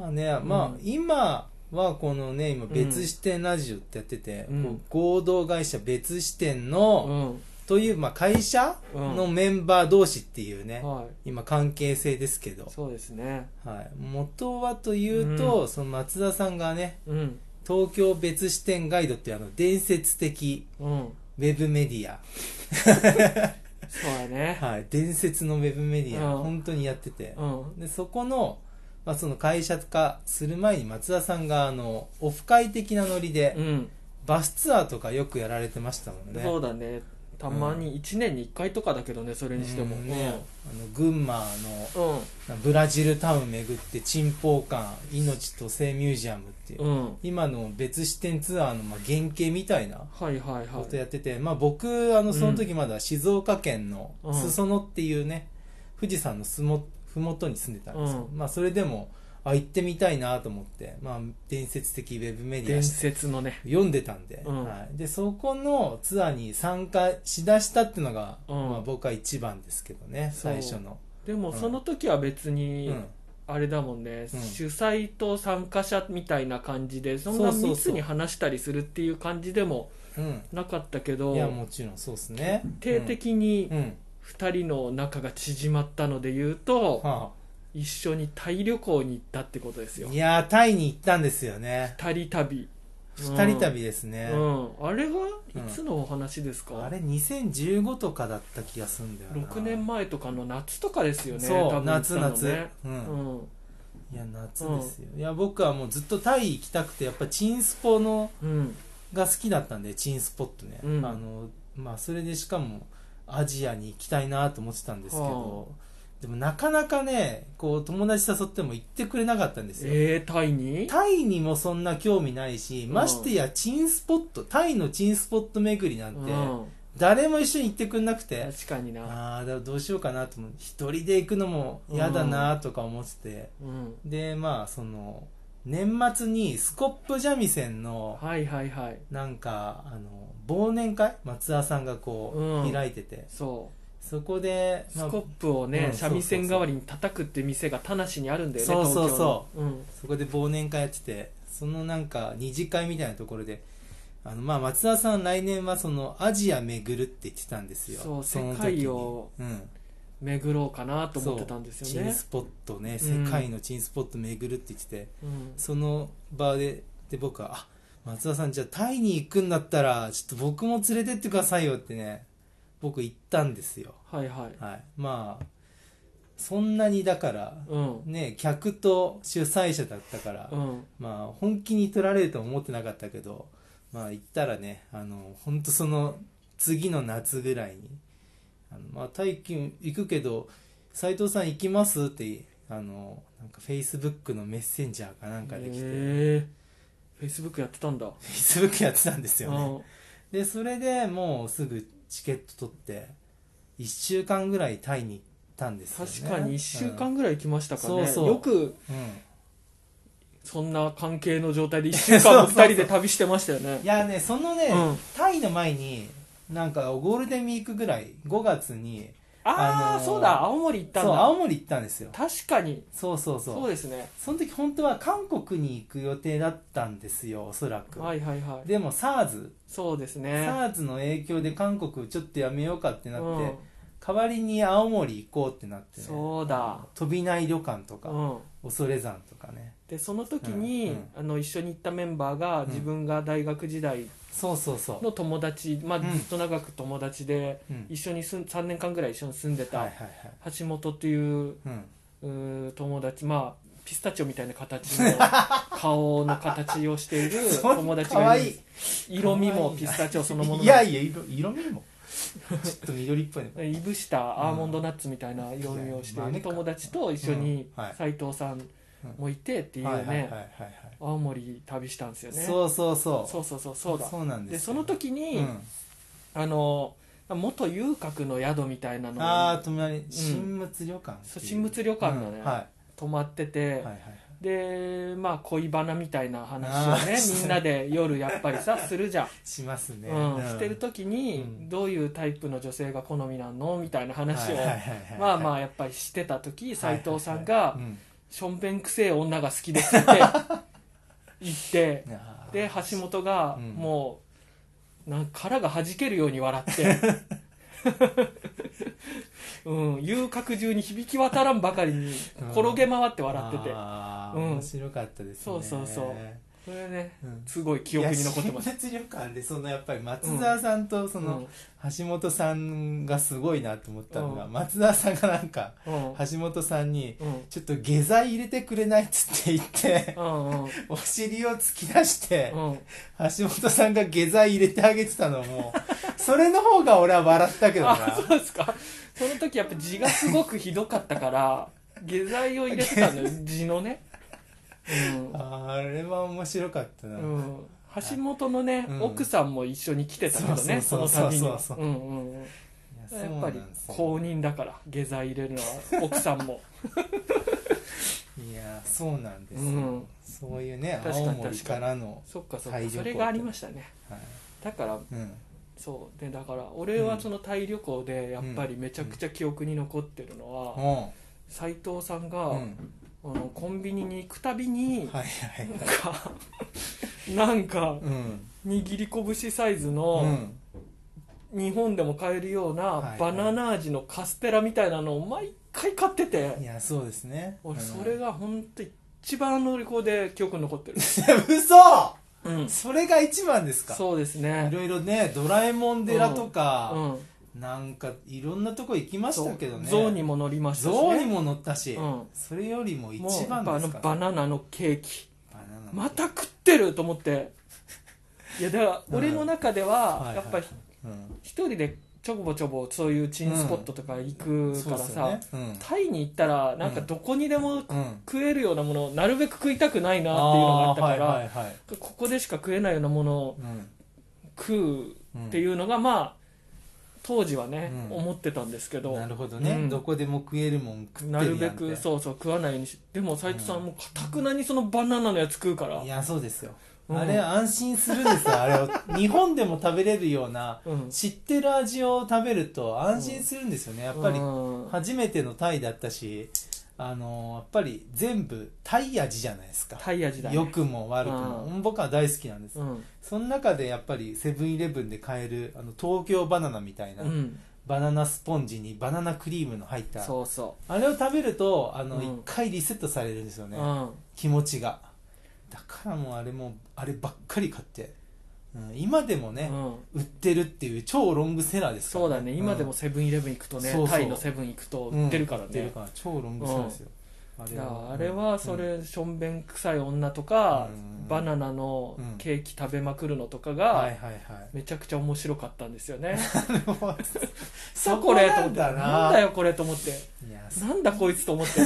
[SPEAKER 2] まあねまあ
[SPEAKER 1] うん
[SPEAKER 2] 今はこのね今
[SPEAKER 1] ん
[SPEAKER 2] 別視点ラジオってやってて、
[SPEAKER 1] うん
[SPEAKER 2] こう合同会社別視点
[SPEAKER 1] う
[SPEAKER 2] の、
[SPEAKER 1] ん
[SPEAKER 2] という、まあ、会社
[SPEAKER 1] うん
[SPEAKER 2] のメンバー同士っていうね、
[SPEAKER 1] は
[SPEAKER 2] 今関係性ですけ
[SPEAKER 1] い
[SPEAKER 2] ど、
[SPEAKER 1] そうですね
[SPEAKER 2] はい、元はというと、その松田さんがね
[SPEAKER 1] うん
[SPEAKER 2] 東京別支店ガイドっていうあの伝説的
[SPEAKER 1] うん
[SPEAKER 2] ウェブメディア、
[SPEAKER 1] そうやね
[SPEAKER 2] はい、伝説のウェブメディア、
[SPEAKER 1] うん
[SPEAKER 2] 本当にやってて
[SPEAKER 1] う、ん
[SPEAKER 2] でそこの,、まあその会社化する前に松田さんがあのオフ会的なノリで、
[SPEAKER 1] うん
[SPEAKER 2] バスツアーとかよくやられてましたもんね
[SPEAKER 1] そうだねたまに1年に1回とかだけどねそれにしても、
[SPEAKER 2] うんねあの群馬の
[SPEAKER 1] うんうん
[SPEAKER 2] ブラジルタウン巡って珍宝館命と生ミュージアムっていう、
[SPEAKER 1] うん
[SPEAKER 2] 今の別支店ツアーのまあ原型みたいな
[SPEAKER 1] はいはいは
[SPEAKER 2] こと
[SPEAKER 1] い
[SPEAKER 2] やってて、まあ、僕あのその時まだ静岡県の
[SPEAKER 1] うん
[SPEAKER 2] 裾野っていうね、富士山のすも麓に住んでたんですよ、
[SPEAKER 1] う
[SPEAKER 2] まあ、それでもあ行ってみたいなと思って、まあ、伝説的ウェブメディア
[SPEAKER 1] 伝
[SPEAKER 2] し
[SPEAKER 1] 説のね
[SPEAKER 2] 読んでたんで,、
[SPEAKER 1] うん
[SPEAKER 2] はい、でそこのツアーに参加しだしたっていうのが、
[SPEAKER 1] うん
[SPEAKER 2] まあ、僕は一番ですけどね
[SPEAKER 1] そう
[SPEAKER 2] 最初の、
[SPEAKER 1] でもその時は別に
[SPEAKER 2] うん
[SPEAKER 1] あれだもんね、
[SPEAKER 2] うん
[SPEAKER 1] 主催と参加者みたいな感じでそんな
[SPEAKER 2] そうそうそう
[SPEAKER 1] 密に話したりするっていう感じでも
[SPEAKER 2] う
[SPEAKER 1] なかったけど
[SPEAKER 2] ん、いやもちろんそうですね
[SPEAKER 1] 定的に
[SPEAKER 2] うん、うん
[SPEAKER 1] 2人の仲が縮まったので言うと、
[SPEAKER 2] は
[SPEAKER 1] 一緒にタイ旅行に行ったってことです
[SPEAKER 2] あ、
[SPEAKER 1] よ
[SPEAKER 2] いやータイに行ったんですよね
[SPEAKER 1] 二人旅うん
[SPEAKER 2] 二人旅ですね、
[SPEAKER 1] うん、あれは
[SPEAKER 2] うん
[SPEAKER 1] いつのお話ですか、
[SPEAKER 2] あれ2015とかだった気がするんだよな
[SPEAKER 1] 6年前とかの夏とかですよね
[SPEAKER 2] そう
[SPEAKER 1] 多分行ったのね
[SPEAKER 2] 夏夏
[SPEAKER 1] う
[SPEAKER 2] う、
[SPEAKER 1] んん
[SPEAKER 2] いや夏ですよ、いや僕はもうずっとタイ行きたくてやっぱチンスポの
[SPEAKER 1] うん
[SPEAKER 2] が好きだったんでチンスポットね、
[SPEAKER 1] うん
[SPEAKER 2] あのまあそれでしかもアジアに行きたいなと思ってたんですけど、でもなかなかねこう友達誘っても行ってくれなかったんですよ、
[SPEAKER 1] えー、タイに
[SPEAKER 2] タイにもそんな興味ないし、
[SPEAKER 1] うん
[SPEAKER 2] ましてやチンスポットタイのチンスポット巡りなんて、
[SPEAKER 1] うん、
[SPEAKER 2] 誰も一緒に行ってくれなくて、
[SPEAKER 1] 確かにな、
[SPEAKER 2] ああだからどうしようかなと思って一人で行くのも嫌だなとか思ってて、
[SPEAKER 1] うん、
[SPEAKER 2] でまあその年末にスコップ三味線の
[SPEAKER 1] はいはいはい
[SPEAKER 2] なんかあの忘年会松田さんがこう、
[SPEAKER 1] うん
[SPEAKER 2] 開いてて
[SPEAKER 1] そう
[SPEAKER 2] そこで、
[SPEAKER 1] ス
[SPEAKER 2] まあ
[SPEAKER 1] コップをね、
[SPEAKER 2] うん
[SPEAKER 1] 三味線代わりに叩くって店が田無にあるんだよね、
[SPEAKER 2] そうそうそう
[SPEAKER 1] うん、
[SPEAKER 2] そこで忘年会やっててそのなんか二次会みたいなところであのまあ松田さん来年はそのアジア巡るって言ってたんですよ
[SPEAKER 1] そう
[SPEAKER 2] の時
[SPEAKER 1] 世界を
[SPEAKER 2] うん
[SPEAKER 1] 巡ろうかなと思ってたんですよ
[SPEAKER 2] チン
[SPEAKER 1] ね
[SPEAKER 2] スポット
[SPEAKER 1] う
[SPEAKER 2] ね
[SPEAKER 1] ん
[SPEAKER 2] 世界のチンスポット巡るって言ってて、
[SPEAKER 1] うん
[SPEAKER 2] その場でで僕は「あ松田さんじゃあタイに行くんだったらちょっと僕も連れてってくださいよ」ってね僕行ったんですよ
[SPEAKER 1] はいはい
[SPEAKER 2] はいまあそんなにだから
[SPEAKER 1] うん
[SPEAKER 2] ね客と主催者だったから、
[SPEAKER 1] うん
[SPEAKER 2] まあ本気に取られるとも思ってなかったけどまあ行ったらねあの本当その次の夏ぐらいに「あのまあ、タイ君行くけど斉藤さん行きます?」ってあのなんかフェイスブックのメッセンジャーかなんかできて、
[SPEAKER 1] えフェイスブックやってたんだ、
[SPEAKER 2] フェイスブックやってたんですよ
[SPEAKER 1] う
[SPEAKER 2] ね
[SPEAKER 1] ん
[SPEAKER 2] でそれでもうすぐチケット取って1週間ぐらいタイに行ったんですよね
[SPEAKER 1] 確かに1週間ぐらい来ましたからね、
[SPEAKER 2] うんそうそう
[SPEAKER 1] よく
[SPEAKER 2] うん、
[SPEAKER 1] そんな関係の状態で1週間も2人で旅してましたよね
[SPEAKER 2] いや ねそのね、
[SPEAKER 1] うん
[SPEAKER 2] タイの前になんかゴールデンウィークぐらい5月に
[SPEAKER 1] ああ、
[SPEAKER 2] あのー
[SPEAKER 1] そうだ青森行ったん
[SPEAKER 2] そう
[SPEAKER 1] だ
[SPEAKER 2] 青森行ったんですよ
[SPEAKER 1] 確かに
[SPEAKER 2] そうそうそう
[SPEAKER 1] そうですね
[SPEAKER 2] その時本当は韓国に行く予定だったんですよおそらく、
[SPEAKER 1] はいはいはい
[SPEAKER 2] でも SARS、
[SPEAKER 1] そうですね
[SPEAKER 2] SARS の影響で韓国ちょっとやめようかってなって、
[SPEAKER 1] うん
[SPEAKER 2] 代わりに青森行こうってなってね
[SPEAKER 1] そうだ
[SPEAKER 2] 飛びない旅館とか、
[SPEAKER 1] うん
[SPEAKER 2] 恐山とかね
[SPEAKER 1] でその時に、
[SPEAKER 2] うんうん
[SPEAKER 1] あの一緒に行ったメンバーが
[SPEAKER 2] ん
[SPEAKER 1] 自分が大学時代
[SPEAKER 2] そうそうそ
[SPEAKER 1] の友達、まあ、
[SPEAKER 2] う
[SPEAKER 1] ず
[SPEAKER 2] ん
[SPEAKER 1] っと長く友達で、
[SPEAKER 2] う、うん、
[SPEAKER 1] 一緒に住ん3年間ぐらい一緒に住んで
[SPEAKER 2] はい
[SPEAKER 1] た
[SPEAKER 2] はいはい
[SPEAKER 1] 橋本っていう
[SPEAKER 2] うん
[SPEAKER 1] うー友達まあピスタチオみたいな形 の顔の形をしている友達
[SPEAKER 2] かわ
[SPEAKER 1] がいるんで
[SPEAKER 2] いい
[SPEAKER 1] す色味もピスタチオそのもの
[SPEAKER 2] いやいや色色味もちょっと緑っぽいの
[SPEAKER 1] いぶしたアーモンドナッツみたいな色味をしてい
[SPEAKER 2] うん
[SPEAKER 1] る友達と一緒に
[SPEAKER 2] うんはい
[SPEAKER 1] 斎藤さんもいてっていう
[SPEAKER 2] はいはいはい
[SPEAKER 1] ね
[SPEAKER 2] はい
[SPEAKER 1] 青森旅したんですよね
[SPEAKER 2] そうそうそう
[SPEAKER 1] そうそうそうそうだ
[SPEAKER 2] そうなんです
[SPEAKER 1] で
[SPEAKER 2] よ
[SPEAKER 1] その時に、
[SPEAKER 2] うん
[SPEAKER 1] あの元遊郭の宿みたいなの
[SPEAKER 2] ああ
[SPEAKER 1] に
[SPEAKER 2] 隣神仏旅館ってい
[SPEAKER 1] そう神仏旅館だね
[SPEAKER 2] うんはい
[SPEAKER 1] 泊まってて、
[SPEAKER 2] はいはいはい
[SPEAKER 1] でまあ恋バナみたいな話を
[SPEAKER 2] あ
[SPEAKER 1] ね
[SPEAKER 2] ー
[SPEAKER 1] みんなで夜やっぱり さするじゃん、
[SPEAKER 2] しますね
[SPEAKER 1] うん、してる時に、
[SPEAKER 2] うん
[SPEAKER 1] どういうタイプの女性が好みなのみたいな話を、まあまあやっぱりしてた時斎藤さんが「しょんべんくせえ女が好きです」って 言ってで橋本が
[SPEAKER 2] うん
[SPEAKER 1] もう、なんか殻が弾けるように笑って、 うん、遊郭中に響き渡らんばかりに
[SPEAKER 2] うん
[SPEAKER 1] 転げ回って笑ってて、
[SPEAKER 2] あー
[SPEAKER 1] うん
[SPEAKER 2] 面白かったですね
[SPEAKER 1] そうそうそうこれね
[SPEAKER 2] うん
[SPEAKER 1] すごい記憶に残ってます
[SPEAKER 2] いや新月旅館でそのやっぱり松沢さんとその橋本さんがすごいなと思ったのが、
[SPEAKER 1] う
[SPEAKER 2] 松沢さんがなんか
[SPEAKER 1] うんうん
[SPEAKER 2] 橋本さんに
[SPEAKER 1] うん
[SPEAKER 2] 「ちょっと下剤入れてくれない?」っつって言 って
[SPEAKER 1] うんうん
[SPEAKER 2] お尻を突き出して
[SPEAKER 1] うん
[SPEAKER 2] 橋本さんが下剤入れてあげてたのもそれの方が俺は笑ったけど
[SPEAKER 1] あ
[SPEAKER 2] な
[SPEAKER 1] そうですかその時やっぱ字がすごくひどかったから下剤を入れてたの よ字のねう
[SPEAKER 2] あれは面白かったな、
[SPEAKER 1] ん、うん、橋本のね、
[SPEAKER 2] うん
[SPEAKER 1] 奥さんも一緒に来てたけどねそ
[SPEAKER 2] そ
[SPEAKER 1] の
[SPEAKER 2] うそうそう
[SPEAKER 1] 旅には
[SPEAKER 2] そうそう
[SPEAKER 1] うんうんうん
[SPEAKER 2] いや
[SPEAKER 1] やっぱり
[SPEAKER 2] そうなんですよ
[SPEAKER 1] 公認だから下剤入れるのは奥さんも
[SPEAKER 2] いやそうなんですよ、
[SPEAKER 1] うん
[SPEAKER 2] そういうね
[SPEAKER 1] 確かに
[SPEAKER 2] 青森からの、
[SPEAKER 1] そっかそっ
[SPEAKER 2] タイ
[SPEAKER 1] か
[SPEAKER 2] 旅行
[SPEAKER 1] それがありましたね
[SPEAKER 2] はい
[SPEAKER 1] だから
[SPEAKER 2] うん、
[SPEAKER 1] そうでだから俺はそのタイ旅行でやっぱりめちゃくちゃ記憶に残ってるのは
[SPEAKER 2] お
[SPEAKER 1] 斎、藤さん
[SPEAKER 2] う
[SPEAKER 1] が、
[SPEAKER 2] うん
[SPEAKER 1] あのコンビニに行くたびに、
[SPEAKER 2] はいはい
[SPEAKER 1] なんかなんか
[SPEAKER 2] うん
[SPEAKER 1] 握り拳サイズ
[SPEAKER 2] う
[SPEAKER 1] の、
[SPEAKER 2] ん
[SPEAKER 1] 日本でも買えるよう
[SPEAKER 2] はい
[SPEAKER 1] な
[SPEAKER 2] はい
[SPEAKER 1] バナナ味のカステラみたいなのを毎回買ってて、
[SPEAKER 2] いやそうですね
[SPEAKER 1] 俺
[SPEAKER 2] うん
[SPEAKER 1] それが本当一番あの旅行で記憶に残ってる
[SPEAKER 2] 嘘
[SPEAKER 1] うん
[SPEAKER 2] それが一番ですか
[SPEAKER 1] そうです
[SPEAKER 2] い
[SPEAKER 1] ね
[SPEAKER 2] ろいろねドラえもん寺と
[SPEAKER 1] う
[SPEAKER 2] か、
[SPEAKER 1] ん
[SPEAKER 2] なんかいろんなとこ行きましたけどね
[SPEAKER 1] そう象にも乗りましたし、ね、
[SPEAKER 2] 象にも乗ったし、
[SPEAKER 1] うん
[SPEAKER 2] それよりも一
[SPEAKER 1] もうや
[SPEAKER 2] 番
[SPEAKER 1] っぱあ
[SPEAKER 2] で
[SPEAKER 1] の
[SPEAKER 2] すか
[SPEAKER 1] バナナのケーキ
[SPEAKER 2] バナナ
[SPEAKER 1] また食ってると思っていやだから俺の中では
[SPEAKER 2] はい
[SPEAKER 1] やっぱり
[SPEAKER 2] うん
[SPEAKER 1] 一人でちょぼちょぼそういうチンスポットとか行く
[SPEAKER 2] そ
[SPEAKER 1] か
[SPEAKER 2] う
[SPEAKER 1] ら
[SPEAKER 2] です
[SPEAKER 1] さ、
[SPEAKER 2] よねうん
[SPEAKER 1] タイに行ったらなんかどこにでも
[SPEAKER 2] うん
[SPEAKER 1] 食えるようなものをなるべく食いたくないな
[SPEAKER 2] あ
[SPEAKER 1] っていうのがあったから、
[SPEAKER 2] ーはいはいはい
[SPEAKER 1] ここでしか食えないようなものを
[SPEAKER 2] うん
[SPEAKER 1] 食
[SPEAKER 2] う
[SPEAKER 1] うんっていうのがまあ当時はね、
[SPEAKER 2] うん
[SPEAKER 1] 思ってたんですけど
[SPEAKER 2] なるほどね、
[SPEAKER 1] うん
[SPEAKER 2] どこでも食えるもん食ってる
[SPEAKER 1] な
[SPEAKER 2] や
[SPEAKER 1] ん
[SPEAKER 2] て
[SPEAKER 1] るべくそうそう食わないようにしでも斎藤さんはもうかたくなにそのバナナのやつ食うから
[SPEAKER 2] いやそうですよ、
[SPEAKER 1] うん
[SPEAKER 2] あれ安心するんですよあれを日本でも食べれるような
[SPEAKER 1] うん
[SPEAKER 2] 知ってる味を食べると安心するんですよねやっぱり
[SPEAKER 1] うん
[SPEAKER 2] 初めてのタイだったしあのやっぱり全部タイ味じゃないですか
[SPEAKER 1] タイ味だね
[SPEAKER 2] 良くも悪くも、
[SPEAKER 1] う
[SPEAKER 2] 僕は大好きなんです、
[SPEAKER 1] うん
[SPEAKER 2] その中でやっぱりセブンイレブンで買えるあの東京バナナみたいな、
[SPEAKER 1] うん
[SPEAKER 2] バナナスポンジにバナナクリームの入った
[SPEAKER 1] そうそ
[SPEAKER 2] あれを食べるとあの
[SPEAKER 1] うん
[SPEAKER 2] 一回リセットされるんですよ
[SPEAKER 1] う、
[SPEAKER 2] ね、
[SPEAKER 1] うん
[SPEAKER 2] 気持ちがだからもうあれもあればっかり買って、うん、今でもね、
[SPEAKER 1] うん
[SPEAKER 2] 売ってるっていう超ロングセラーですから
[SPEAKER 1] そうだね今でも
[SPEAKER 2] 売
[SPEAKER 1] セブンイレブン行くとね、
[SPEAKER 2] そうそう
[SPEAKER 1] タイのセブン行くと売ってるから
[SPEAKER 2] 売ってる
[SPEAKER 1] ね、
[SPEAKER 2] から超ロングセラーですよ、
[SPEAKER 1] いやあれはそれしょんべん臭い女とか、
[SPEAKER 2] うん
[SPEAKER 1] バナナの
[SPEAKER 2] うん
[SPEAKER 1] ケーキ食べまくるのとか
[SPEAKER 2] うんはい
[SPEAKER 1] が
[SPEAKER 2] はいはい
[SPEAKER 1] めちゃくちゃ面白かったんですよ ね、
[SPEAKER 2] なるほど
[SPEAKER 1] さあ
[SPEAKER 2] そこ
[SPEAKER 1] れ
[SPEAKER 2] なんだ
[SPEAKER 1] と思って
[SPEAKER 2] な
[SPEAKER 1] なんだよこれと思って
[SPEAKER 2] いや
[SPEAKER 1] なんだこいつと思 って、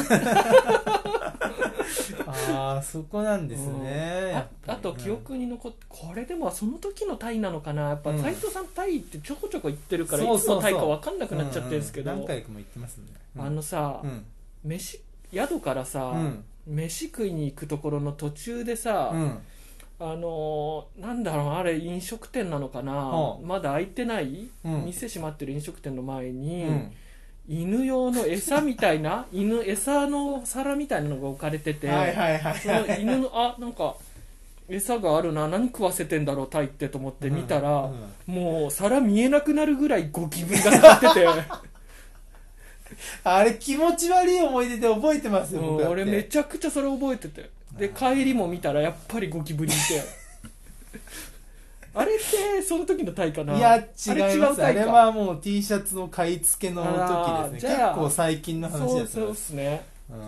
[SPEAKER 2] ああそこなんですね、
[SPEAKER 1] うん
[SPEAKER 2] や
[SPEAKER 1] あ
[SPEAKER 2] っぱ
[SPEAKER 1] あ
[SPEAKER 2] り
[SPEAKER 1] と記憶に残ってこれでもその時のタイなのかなやっぱ
[SPEAKER 2] うん
[SPEAKER 1] 斎藤さんタイってちょこちょこ行ってるから
[SPEAKER 2] そう
[SPEAKER 1] い
[SPEAKER 2] そ
[SPEAKER 1] つ
[SPEAKER 2] うそう
[SPEAKER 1] のタイか分かんなくなっちゃってるんですけど、
[SPEAKER 2] うう何回も言ってますね、うん
[SPEAKER 1] あのさ、
[SPEAKER 2] うん
[SPEAKER 1] 飯宿からさ、
[SPEAKER 2] うん
[SPEAKER 1] 飯食いに行くところの途中でさ、
[SPEAKER 2] うん
[SPEAKER 1] あのーなんだろうあれ飲食店なのかな、
[SPEAKER 2] はあ
[SPEAKER 1] まだ開いてない、
[SPEAKER 2] うん
[SPEAKER 1] 店閉まってる飲食店の前に、
[SPEAKER 2] うん
[SPEAKER 1] 犬用の餌みたい な犬餌の皿みたいなのが置かれてて、
[SPEAKER 2] はいはいはい
[SPEAKER 1] その犬のあなんか餌があるな何食わせてんだろうタイってと思って見たら、
[SPEAKER 2] うんうん
[SPEAKER 1] もう皿見えなくなるぐらいゴキブリが立ってて
[SPEAKER 2] あれ気持ち悪い思い出で覚えてますよ、
[SPEAKER 1] も
[SPEAKER 2] 僕
[SPEAKER 1] う
[SPEAKER 2] だって
[SPEAKER 1] 俺めちゃくちゃそれ覚えててで
[SPEAKER 2] あー
[SPEAKER 1] 帰りも見たらやっぱりゴキブリい てあれってその時のタイかない
[SPEAKER 2] や違います
[SPEAKER 1] あ
[SPEAKER 2] あ
[SPEAKER 1] れ
[SPEAKER 2] れ
[SPEAKER 1] 違うタイか
[SPEAKER 2] はもう T シャツの買い付けの時ですね
[SPEAKER 1] あーじゃあ
[SPEAKER 2] 結構最近の話
[SPEAKER 1] そう
[SPEAKER 2] です
[SPEAKER 1] そうですね
[SPEAKER 2] う
[SPEAKER 1] これ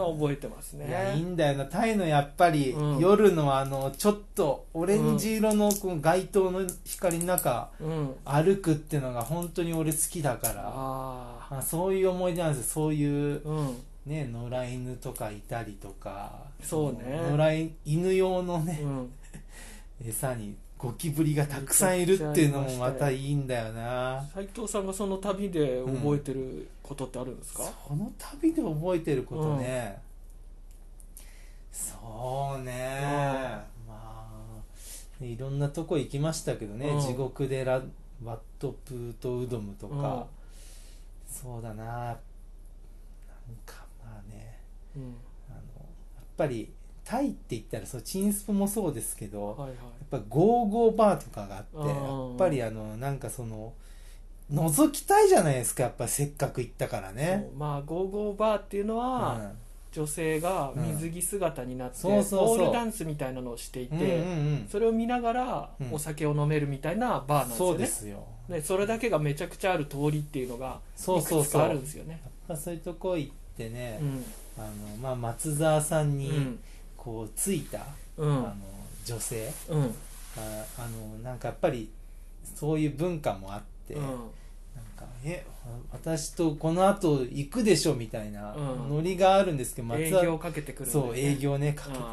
[SPEAKER 1] は
[SPEAKER 2] ーん
[SPEAKER 1] 覚えてます
[SPEAKER 2] いやいい
[SPEAKER 1] ね
[SPEAKER 2] んだよなタイのやっぱり、
[SPEAKER 1] うん
[SPEAKER 2] 夜のあのちょっとオレンジ色のこの街灯の光の中、
[SPEAKER 1] うん
[SPEAKER 2] 歩くってのが本当に俺好きだから
[SPEAKER 1] ああ
[SPEAKER 2] あそういう思い出なんですよそういう
[SPEAKER 1] うん
[SPEAKER 2] ね野良犬とかいたりとか
[SPEAKER 1] そうね
[SPEAKER 2] 野良犬用のね、
[SPEAKER 1] うん
[SPEAKER 2] 餌にゴキブリがたくさんいるっていうのもまたいいんだよな
[SPEAKER 1] 斉藤さんがその旅で覚えてることってあるんですか、
[SPEAKER 2] この旅で覚えてることね、そうね、まあいろんなとこ行きましたけどね、
[SPEAKER 1] うん
[SPEAKER 2] 地獄寺ワットプートウドムと
[SPEAKER 1] うん
[SPEAKER 2] か、そうだななんかまあね
[SPEAKER 1] うん
[SPEAKER 2] あのやっぱりタイって言ったらそうチンスポもそうですけど、
[SPEAKER 1] はいはい
[SPEAKER 2] やっぱゴーゴーバーとかがあって
[SPEAKER 1] うんうんうん
[SPEAKER 2] やっぱりあのなんかその覗きたいじゃないですかやっぱせっかく行ったからね
[SPEAKER 1] そうまあゴーゴーバーっていうのは、女性が水着姿になって、
[SPEAKER 2] そうそうそう
[SPEAKER 1] オールダンスみたいなのをしていて、
[SPEAKER 2] うんうん
[SPEAKER 1] それを見ながら
[SPEAKER 2] うん
[SPEAKER 1] お酒を飲めるみたいなバーなん
[SPEAKER 2] うん、
[SPEAKER 1] です
[SPEAKER 2] そ
[SPEAKER 1] よ
[SPEAKER 2] う
[SPEAKER 1] ね、
[SPEAKER 2] ですよ
[SPEAKER 1] でそれだけがめちゃくちゃある通りっていうのが
[SPEAKER 2] そう
[SPEAKER 1] い
[SPEAKER 2] そ
[SPEAKER 1] く
[SPEAKER 2] う
[SPEAKER 1] つ
[SPEAKER 2] そう
[SPEAKER 1] かあ
[SPEAKER 2] や
[SPEAKER 1] る
[SPEAKER 2] っ
[SPEAKER 1] んですよね
[SPEAKER 2] ぱそういうとこ行ってね、
[SPEAKER 1] うん
[SPEAKER 2] あのまあ、松沢さん
[SPEAKER 1] う
[SPEAKER 2] に
[SPEAKER 1] ん
[SPEAKER 2] こうついた、
[SPEAKER 1] う
[SPEAKER 2] あ
[SPEAKER 1] ん
[SPEAKER 2] の女性
[SPEAKER 1] うん
[SPEAKER 2] ああのなんかやっぱりそういう文化もあって、
[SPEAKER 1] うん
[SPEAKER 2] なんかえ私とこの後行くでしょみたいな
[SPEAKER 1] うん
[SPEAKER 2] ノリがあるんですけど、
[SPEAKER 1] 営
[SPEAKER 2] 沢
[SPEAKER 1] 業かけてくるんだよね
[SPEAKER 2] そう営業ねかけて、
[SPEAKER 1] うん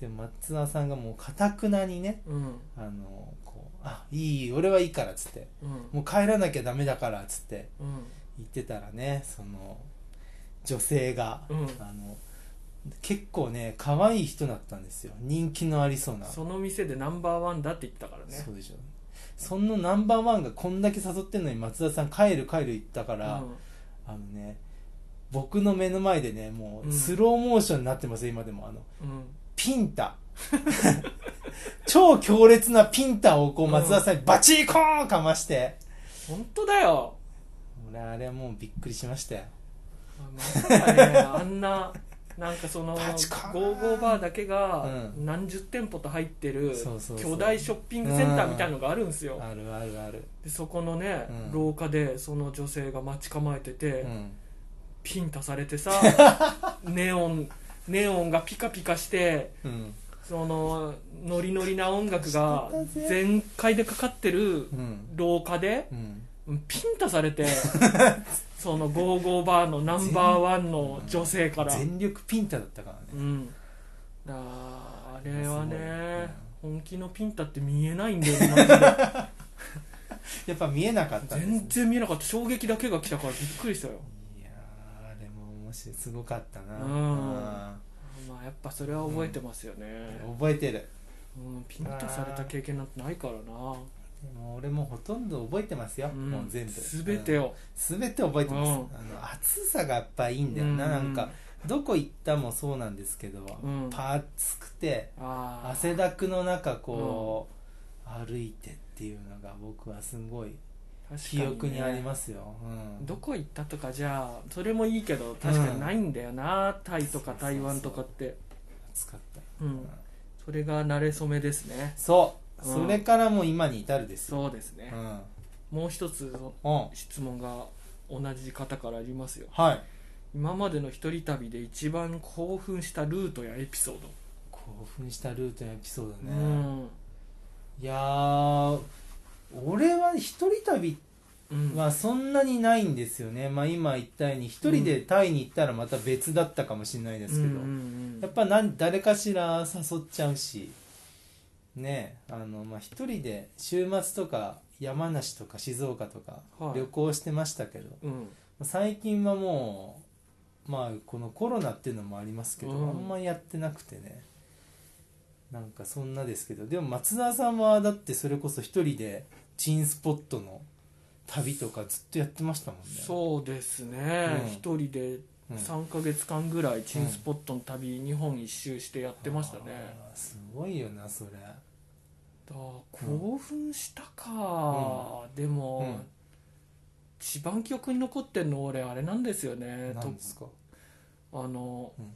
[SPEAKER 2] でも松田さんがもうかたくなにね
[SPEAKER 1] うん
[SPEAKER 2] あのこう「あいい俺はいいから」っつって
[SPEAKER 1] うん
[SPEAKER 2] 「もう帰らなきゃダメだから」っつって
[SPEAKER 1] うん
[SPEAKER 2] 言ってたらねその女性が、
[SPEAKER 1] うん
[SPEAKER 2] あの結構ね可愛い人だったんですよ人気のありそうな
[SPEAKER 1] その店でナンバーワンだって言ってたからね
[SPEAKER 2] そうでしょそのナンバーワンがこんだけ誘ってんのに松田さん帰る帰る言ったから、
[SPEAKER 1] うん
[SPEAKER 2] あのね僕の目の前でねも
[SPEAKER 1] う
[SPEAKER 2] うんスローモーションになってますよ今でもあの
[SPEAKER 1] うん
[SPEAKER 2] ピンタ 超強烈なピンタをこう
[SPEAKER 1] うん
[SPEAKER 2] 松田さんにバチーコーンかまして、
[SPEAKER 1] 本当だよ
[SPEAKER 2] 俺あれはもうびっくりしましたよ
[SPEAKER 1] まさかねあんななんかそのゴ
[SPEAKER 2] パチコー
[SPEAKER 1] ー
[SPEAKER 2] ン
[SPEAKER 1] ゴーバーだけが
[SPEAKER 2] う
[SPEAKER 1] 何十店舗と入ってる
[SPEAKER 2] そうそうそう
[SPEAKER 1] 巨大ショッピングセンターみたいのがあるんですよ
[SPEAKER 2] あるあるある
[SPEAKER 1] でそこのね、
[SPEAKER 2] うん
[SPEAKER 1] 廊下でその女性が待ち構えてて、
[SPEAKER 2] うん
[SPEAKER 1] ピン足されて さネオンネオンがピカピカして
[SPEAKER 2] うん
[SPEAKER 1] そのノリノリな音楽が
[SPEAKER 2] してたぜ
[SPEAKER 1] 全開でかかってる
[SPEAKER 2] うん
[SPEAKER 1] 廊下で
[SPEAKER 2] うん
[SPEAKER 1] ピン足さ れてそのゴーゴーバーのナンバーワンの女性から
[SPEAKER 2] 全力ピンタだったからね、
[SPEAKER 1] うんあーあれはね
[SPEAKER 2] す
[SPEAKER 1] 本気のピンタって見えないんだよマジで
[SPEAKER 2] やっぱ見えなかったんです、ね
[SPEAKER 1] 全、然見えなかった衝撃だけが来たからびっくりしたよ
[SPEAKER 2] いやーあれも面白いすごかったな
[SPEAKER 1] うん
[SPEAKER 2] あ
[SPEAKER 1] まあやっぱそれは覚えてますよね、
[SPEAKER 2] ー覚えてる
[SPEAKER 1] うん、ピンとされた経験なんてないからな、
[SPEAKER 2] でも俺もほとんど覚えてますよ、
[SPEAKER 1] うん、
[SPEAKER 2] もう全部
[SPEAKER 1] 全てを、
[SPEAKER 2] 全て覚えてます、
[SPEAKER 1] うん
[SPEAKER 2] あの暑さがやっぱいいんだよな、
[SPEAKER 1] うん
[SPEAKER 2] なんかどこ行ったもそうなんですけど、
[SPEAKER 1] うん
[SPEAKER 2] パーツくて
[SPEAKER 1] ああ
[SPEAKER 2] 汗だくの中こう、歩いてっていうのが僕はすごい記憶にあり
[SPEAKER 1] す
[SPEAKER 2] ますよ、うん、
[SPEAKER 1] どこ行ったとかじゃあそれもいいけど確かにないんだよな、タイとか台湾とかって
[SPEAKER 2] 暑かった、
[SPEAKER 1] うん
[SPEAKER 2] うん
[SPEAKER 1] それが慣れ初めですね
[SPEAKER 2] そう、
[SPEAKER 1] うん
[SPEAKER 2] それからもう今に至るですよ
[SPEAKER 1] そうですね
[SPEAKER 2] う、ん、
[SPEAKER 1] もう一つ
[SPEAKER 2] うん、
[SPEAKER 1] 質問が同じ方からありますよ
[SPEAKER 2] はい
[SPEAKER 1] 今までの一人旅で一番興奮したルートやエピソー
[SPEAKER 2] 興奮したルートのエピソー
[SPEAKER 1] ド、
[SPEAKER 2] ドね、いやー俺は一人旅
[SPEAKER 1] うん、うん
[SPEAKER 2] はそんなにないんですよね、まあ、今言ったように一人でタイに行ったらまた別だったかもしれないですけど、
[SPEAKER 1] うんうんうん
[SPEAKER 2] やっぱ何誰かしら誘っちゃうしねえあの、まあ、一人で週末とか山梨とか静岡とか
[SPEAKER 1] はい
[SPEAKER 2] 旅行してましたけど、
[SPEAKER 1] うん
[SPEAKER 2] 最近はもうまあこのコロナっていうのもありますけど、
[SPEAKER 1] うん
[SPEAKER 2] あんまやってなくてねなんかそんなですけどでも松田さんはだってそれこそ一人でチンスポットの旅とかずっとやってましたもんね
[SPEAKER 1] そうですね
[SPEAKER 2] うん
[SPEAKER 1] 一、人で
[SPEAKER 2] うん
[SPEAKER 1] 3か月間ぐらいチンスポットの旅、日本一周してやってましたね
[SPEAKER 2] あーすごいよなそれ
[SPEAKER 1] だ興奮したか、でも、
[SPEAKER 2] うん
[SPEAKER 1] 一番記憶に残ってんの俺あれなんですよね
[SPEAKER 2] 何ですか
[SPEAKER 1] とあの、
[SPEAKER 2] うん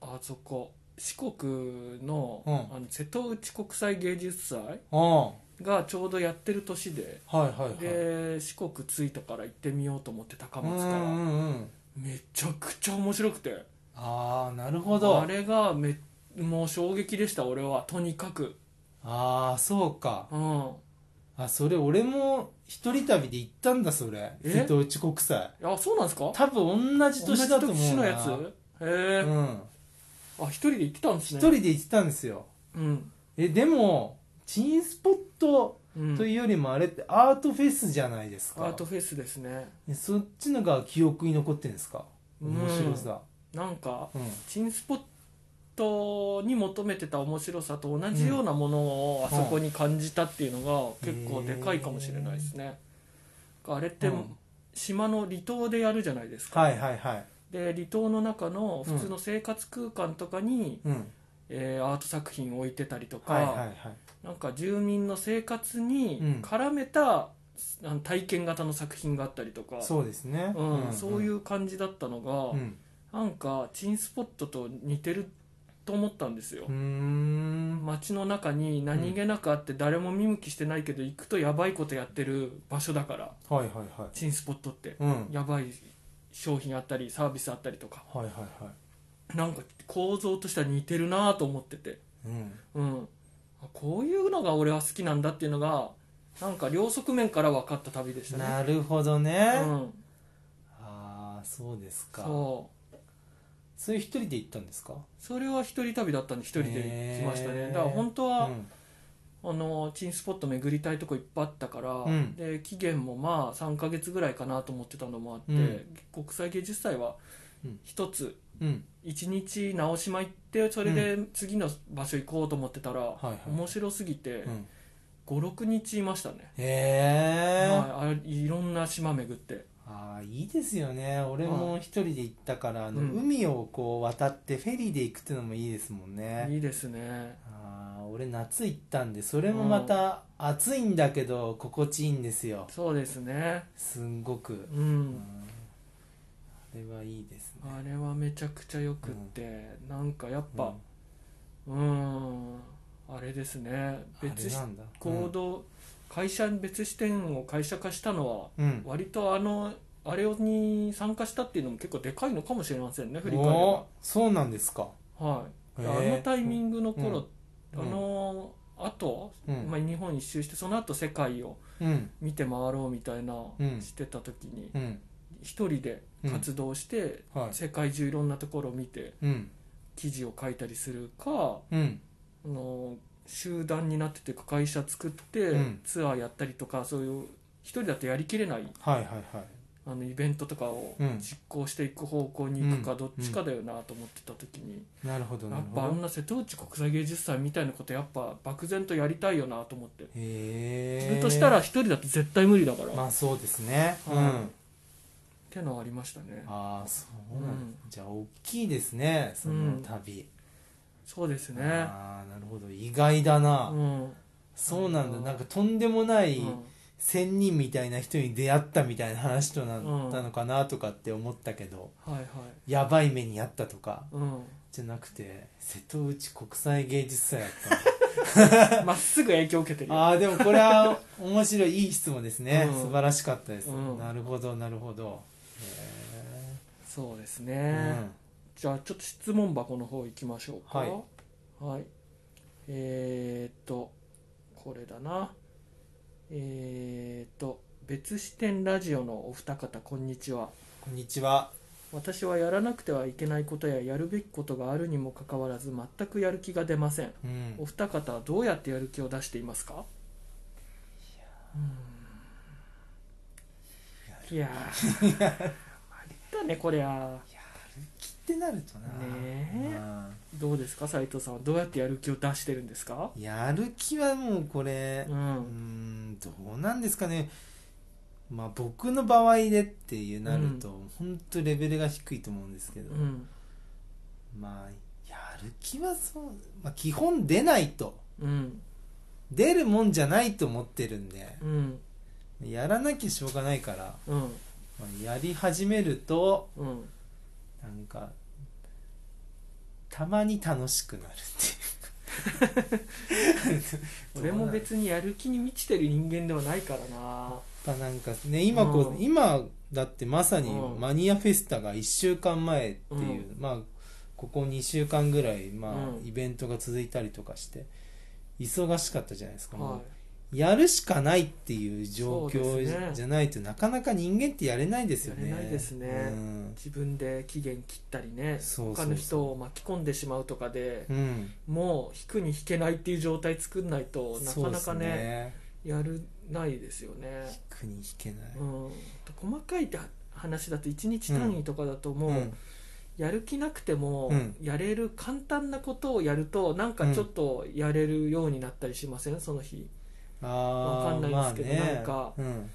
[SPEAKER 1] あそこ四国の,、
[SPEAKER 2] うん
[SPEAKER 1] あの瀬戸内国際芸術祭
[SPEAKER 2] ああは
[SPEAKER 1] がちょうどやってる年で、
[SPEAKER 2] いはいはい
[SPEAKER 1] で四国着いたから行ってみようと思って高
[SPEAKER 2] う
[SPEAKER 1] 松
[SPEAKER 2] んう
[SPEAKER 1] から、
[SPEAKER 2] んうん
[SPEAKER 1] めちゃくちゃ面白くて。
[SPEAKER 2] ああなるほど
[SPEAKER 1] あれがめもう衝撃でした俺はとにかく
[SPEAKER 2] ああそうか
[SPEAKER 1] うん
[SPEAKER 2] あそれ俺も一人旅で行ったんだそれ
[SPEAKER 1] え
[SPEAKER 2] 瀬戸内国際
[SPEAKER 1] あそうなんですか
[SPEAKER 2] 多分同じ
[SPEAKER 1] 同じ
[SPEAKER 2] 年だと思うな
[SPEAKER 1] 年のやつへえ、
[SPEAKER 2] うん
[SPEAKER 1] あ一人で行ってたんです
[SPEAKER 2] 一
[SPEAKER 1] ね
[SPEAKER 2] 人で行ってたんですよ
[SPEAKER 1] うん、
[SPEAKER 2] えでもチンスポット
[SPEAKER 1] うん、
[SPEAKER 2] というよりもあれってアートフェスじゃないです
[SPEAKER 1] ア
[SPEAKER 2] か
[SPEAKER 1] ー、トフェスですね
[SPEAKER 2] えそっちのが記憶に残ってるんですか
[SPEAKER 1] うん
[SPEAKER 2] 面白さ
[SPEAKER 1] なんか
[SPEAKER 2] うん、
[SPEAKER 1] チンスポットに求めてた面白さと同じようなものをあそこに感じたっていうのが
[SPEAKER 2] うん
[SPEAKER 1] 結構でかいかもしれないですね、あれって
[SPEAKER 2] うん
[SPEAKER 1] 島の離島でやるじゃないですか、
[SPEAKER 2] はいはいはい
[SPEAKER 1] で離島の中の普通の生活空間とかに、
[SPEAKER 2] うん
[SPEAKER 1] えーアート作品を置いてたりとか、
[SPEAKER 2] はいはいはい
[SPEAKER 1] なんか住民の生活に
[SPEAKER 2] うん
[SPEAKER 1] 絡めた、あの体験型の作品があったりとか
[SPEAKER 2] そうですね
[SPEAKER 1] うんそういうう感じだったのが、
[SPEAKER 2] うん
[SPEAKER 1] なんかチンスポットと似てると思ったんですよ
[SPEAKER 2] うーん
[SPEAKER 1] 街の中に何気なくあって誰も見向きしてないけど行くとやばいことやってる場所だから
[SPEAKER 2] はいはいはい
[SPEAKER 1] チンスポットって
[SPEAKER 2] うんはい
[SPEAKER 1] やばい商品あったりサービスあったりとか
[SPEAKER 2] はいはい
[SPEAKER 1] なんか構造としては似てるなと思ってて
[SPEAKER 2] うん
[SPEAKER 1] うんあこういうのが俺は好きなんだっていうのがなんか両側面から分かった旅でしたね
[SPEAKER 2] なるほどね、
[SPEAKER 1] うん
[SPEAKER 2] ああそうですか
[SPEAKER 1] そう
[SPEAKER 2] それ一人で行ったんですか
[SPEAKER 1] それは一人旅だったんで一人で来ました
[SPEAKER 2] へ
[SPEAKER 1] ね
[SPEAKER 2] ー
[SPEAKER 1] だから本当は、
[SPEAKER 2] うん
[SPEAKER 1] あのチンスポット巡りたいとこいっぱいあったから、
[SPEAKER 2] ん
[SPEAKER 1] で期限もまあ3ヶ月ぐらいかなと思ってたのもあって、
[SPEAKER 2] うん
[SPEAKER 1] 国際芸術祭は
[SPEAKER 2] うん
[SPEAKER 1] 一つ
[SPEAKER 2] うん
[SPEAKER 1] 一日直島行ってそれで次の場所行こうと思ってたら、
[SPEAKER 2] いはい
[SPEAKER 1] 面白すぎて
[SPEAKER 2] うん
[SPEAKER 1] 56日いましたね、
[SPEAKER 2] へえ、
[SPEAKER 1] はい、あいろんな島巡って
[SPEAKER 2] ああいいですよね俺も一人で行ったから、あの
[SPEAKER 1] うん
[SPEAKER 2] 海をこう渡ってフェリーで行くっていうのもいいですもんね
[SPEAKER 1] いいですね
[SPEAKER 2] ああ俺夏行ったんでそれもまた暑いんだけど心地いいんですよ
[SPEAKER 1] そうですね
[SPEAKER 2] すんごく、
[SPEAKER 1] う
[SPEAKER 2] うん
[SPEAKER 1] ん
[SPEAKER 2] あれはいいですね
[SPEAKER 1] あれはめちゃくちゃよくって、なんかやっ
[SPEAKER 2] う
[SPEAKER 1] ぱ
[SPEAKER 2] ん
[SPEAKER 1] うーんあれですね別
[SPEAKER 2] あ
[SPEAKER 1] し
[SPEAKER 2] れなんだ
[SPEAKER 1] 行動、会社別視点を会社化したのは
[SPEAKER 2] うん、うん
[SPEAKER 1] 割とあのあれに参加したっていうのも結構でかいのかもしれませんね振り返れば
[SPEAKER 2] おーそうなんですか
[SPEAKER 1] はい、
[SPEAKER 2] へ
[SPEAKER 1] あ
[SPEAKER 2] ー
[SPEAKER 1] のタイミングの頃、
[SPEAKER 2] うん
[SPEAKER 1] あのあと、
[SPEAKER 2] うん
[SPEAKER 1] まあ、日本一周してその後世界を
[SPEAKER 2] うん
[SPEAKER 1] 見て回ろうみたいな、
[SPEAKER 2] うん
[SPEAKER 1] してた時に
[SPEAKER 2] うん
[SPEAKER 1] 一人で活動して、
[SPEAKER 2] はい
[SPEAKER 1] 世界中いろんなところを見て
[SPEAKER 2] うん
[SPEAKER 1] 記事を書いたりするか
[SPEAKER 2] うん
[SPEAKER 1] あの集団になってというか会社作って、
[SPEAKER 2] うん
[SPEAKER 1] ツアーやったりとかそういう一人だとやりきれない
[SPEAKER 2] はいはいはい
[SPEAKER 1] あのイベントとかを
[SPEAKER 2] うん
[SPEAKER 1] 実行していく方向に行くか、
[SPEAKER 2] うん
[SPEAKER 1] どっちかだよなと思ってた時に、
[SPEAKER 2] なるほどな
[SPEAKER 1] や
[SPEAKER 2] る
[SPEAKER 1] っ
[SPEAKER 2] ほ
[SPEAKER 1] ぱあ
[SPEAKER 2] ど
[SPEAKER 1] んな瀬戸内国際芸術祭みたいなことやっぱ漠然とやりたいよなと思って、
[SPEAKER 2] へ
[SPEAKER 1] そ
[SPEAKER 2] え
[SPEAKER 1] れとしたら一人だと絶対無理だから、っ
[SPEAKER 2] まあそうですね、
[SPEAKER 1] はい
[SPEAKER 2] うん
[SPEAKER 1] てのはありましたね
[SPEAKER 2] ああそうなんです、
[SPEAKER 1] う
[SPEAKER 2] じゃあ大きいですねその旅、
[SPEAKER 1] そうですね
[SPEAKER 2] ああなるほど意外だな、
[SPEAKER 1] うん
[SPEAKER 2] そうなんだなんかとんでもな
[SPEAKER 1] う
[SPEAKER 2] い
[SPEAKER 1] ん
[SPEAKER 2] 仙人みたいな人に出会ったみたいな話となったのかなとかって思ったけど、
[SPEAKER 1] はいはい
[SPEAKER 2] やばい目にあったとか
[SPEAKER 1] うん
[SPEAKER 2] じゃなくて瀬戸内国際芸術祭だったん だ
[SPEAKER 1] まっすぐ影響を受けてるよ
[SPEAKER 2] ああでもこれは面白いいい質問ですね、
[SPEAKER 1] うん
[SPEAKER 2] 素晴らしかったです、
[SPEAKER 1] うん
[SPEAKER 2] なるほどなるほど
[SPEAKER 1] そうです
[SPEAKER 2] へ
[SPEAKER 1] ね、
[SPEAKER 2] え
[SPEAKER 1] じゃあちょっと質問箱の方行きましょうか
[SPEAKER 2] はい
[SPEAKER 1] はいえー、っとこれだなえー、っと別視点ラジオのお二方こんにちは
[SPEAKER 2] こんにちは
[SPEAKER 1] 私はやらなくてはいけないことややるべきことがあるにもかかわらず全くやる気が出ません
[SPEAKER 2] うん
[SPEAKER 1] お二方はどうやってやる気を出していますかいやーあったねこりゃ
[SPEAKER 2] 切ってなるとな
[SPEAKER 1] ねえ
[SPEAKER 2] まあ
[SPEAKER 1] どうですか斉藤さんはどうやってやる気を出してるんですか
[SPEAKER 2] やる気はもうこれ
[SPEAKER 1] う
[SPEAKER 2] うー
[SPEAKER 1] ん
[SPEAKER 2] んどうなんですかねまあ僕の場合でっていうなると、本当レベルが低いと思うんですけ
[SPEAKER 1] う
[SPEAKER 2] ど、
[SPEAKER 1] ん
[SPEAKER 2] まあやる気はそう、まあ、基本出ないと
[SPEAKER 1] うん
[SPEAKER 2] 出るもんじゃないと思ってるんで
[SPEAKER 1] うん
[SPEAKER 2] やらなきゃしょうがないから、
[SPEAKER 1] うん
[SPEAKER 2] まあ、やり始めると
[SPEAKER 1] うん
[SPEAKER 2] なんかたまに楽しくなるっていう
[SPEAKER 1] 俺も別にやる気に満ちてる人間ではないからな
[SPEAKER 2] やっぱなんかね今こう、
[SPEAKER 1] うん
[SPEAKER 2] 今だってまさに
[SPEAKER 1] うん
[SPEAKER 2] マニアフェスタが1週間前っていう、まあここ2週間ぐらい、まあ
[SPEAKER 1] うん
[SPEAKER 2] イベントが続いたりとかして忙しかったじゃないですか、もう
[SPEAKER 1] は
[SPEAKER 2] やるしかないっていう
[SPEAKER 1] そ
[SPEAKER 2] 状
[SPEAKER 1] うですね
[SPEAKER 2] 況じゃないと、なかなか人間ってやれないですよね
[SPEAKER 1] やれないですね
[SPEAKER 2] うん
[SPEAKER 1] い、自分で期限切ったりね
[SPEAKER 2] そうそうそ
[SPEAKER 1] 他
[SPEAKER 2] う
[SPEAKER 1] の人を巻き込んでしまうとかで
[SPEAKER 2] うん
[SPEAKER 1] もう引くに引けないっていう状態作んないとなかな
[SPEAKER 2] そ
[SPEAKER 1] か
[SPEAKER 2] う
[SPEAKER 1] ね
[SPEAKER 2] ですね
[SPEAKER 1] やるないですよね、
[SPEAKER 2] 引くに引けない、
[SPEAKER 1] うん、細かい話だと1日単位とかだともう、
[SPEAKER 2] うん
[SPEAKER 1] やる気なくても
[SPEAKER 2] うん
[SPEAKER 1] やれる簡単なことをやるとなんかちょっとやれるようになったりしません、その日
[SPEAKER 2] あー
[SPEAKER 1] わかんないですけど
[SPEAKER 2] まあね
[SPEAKER 1] なんか
[SPEAKER 2] うん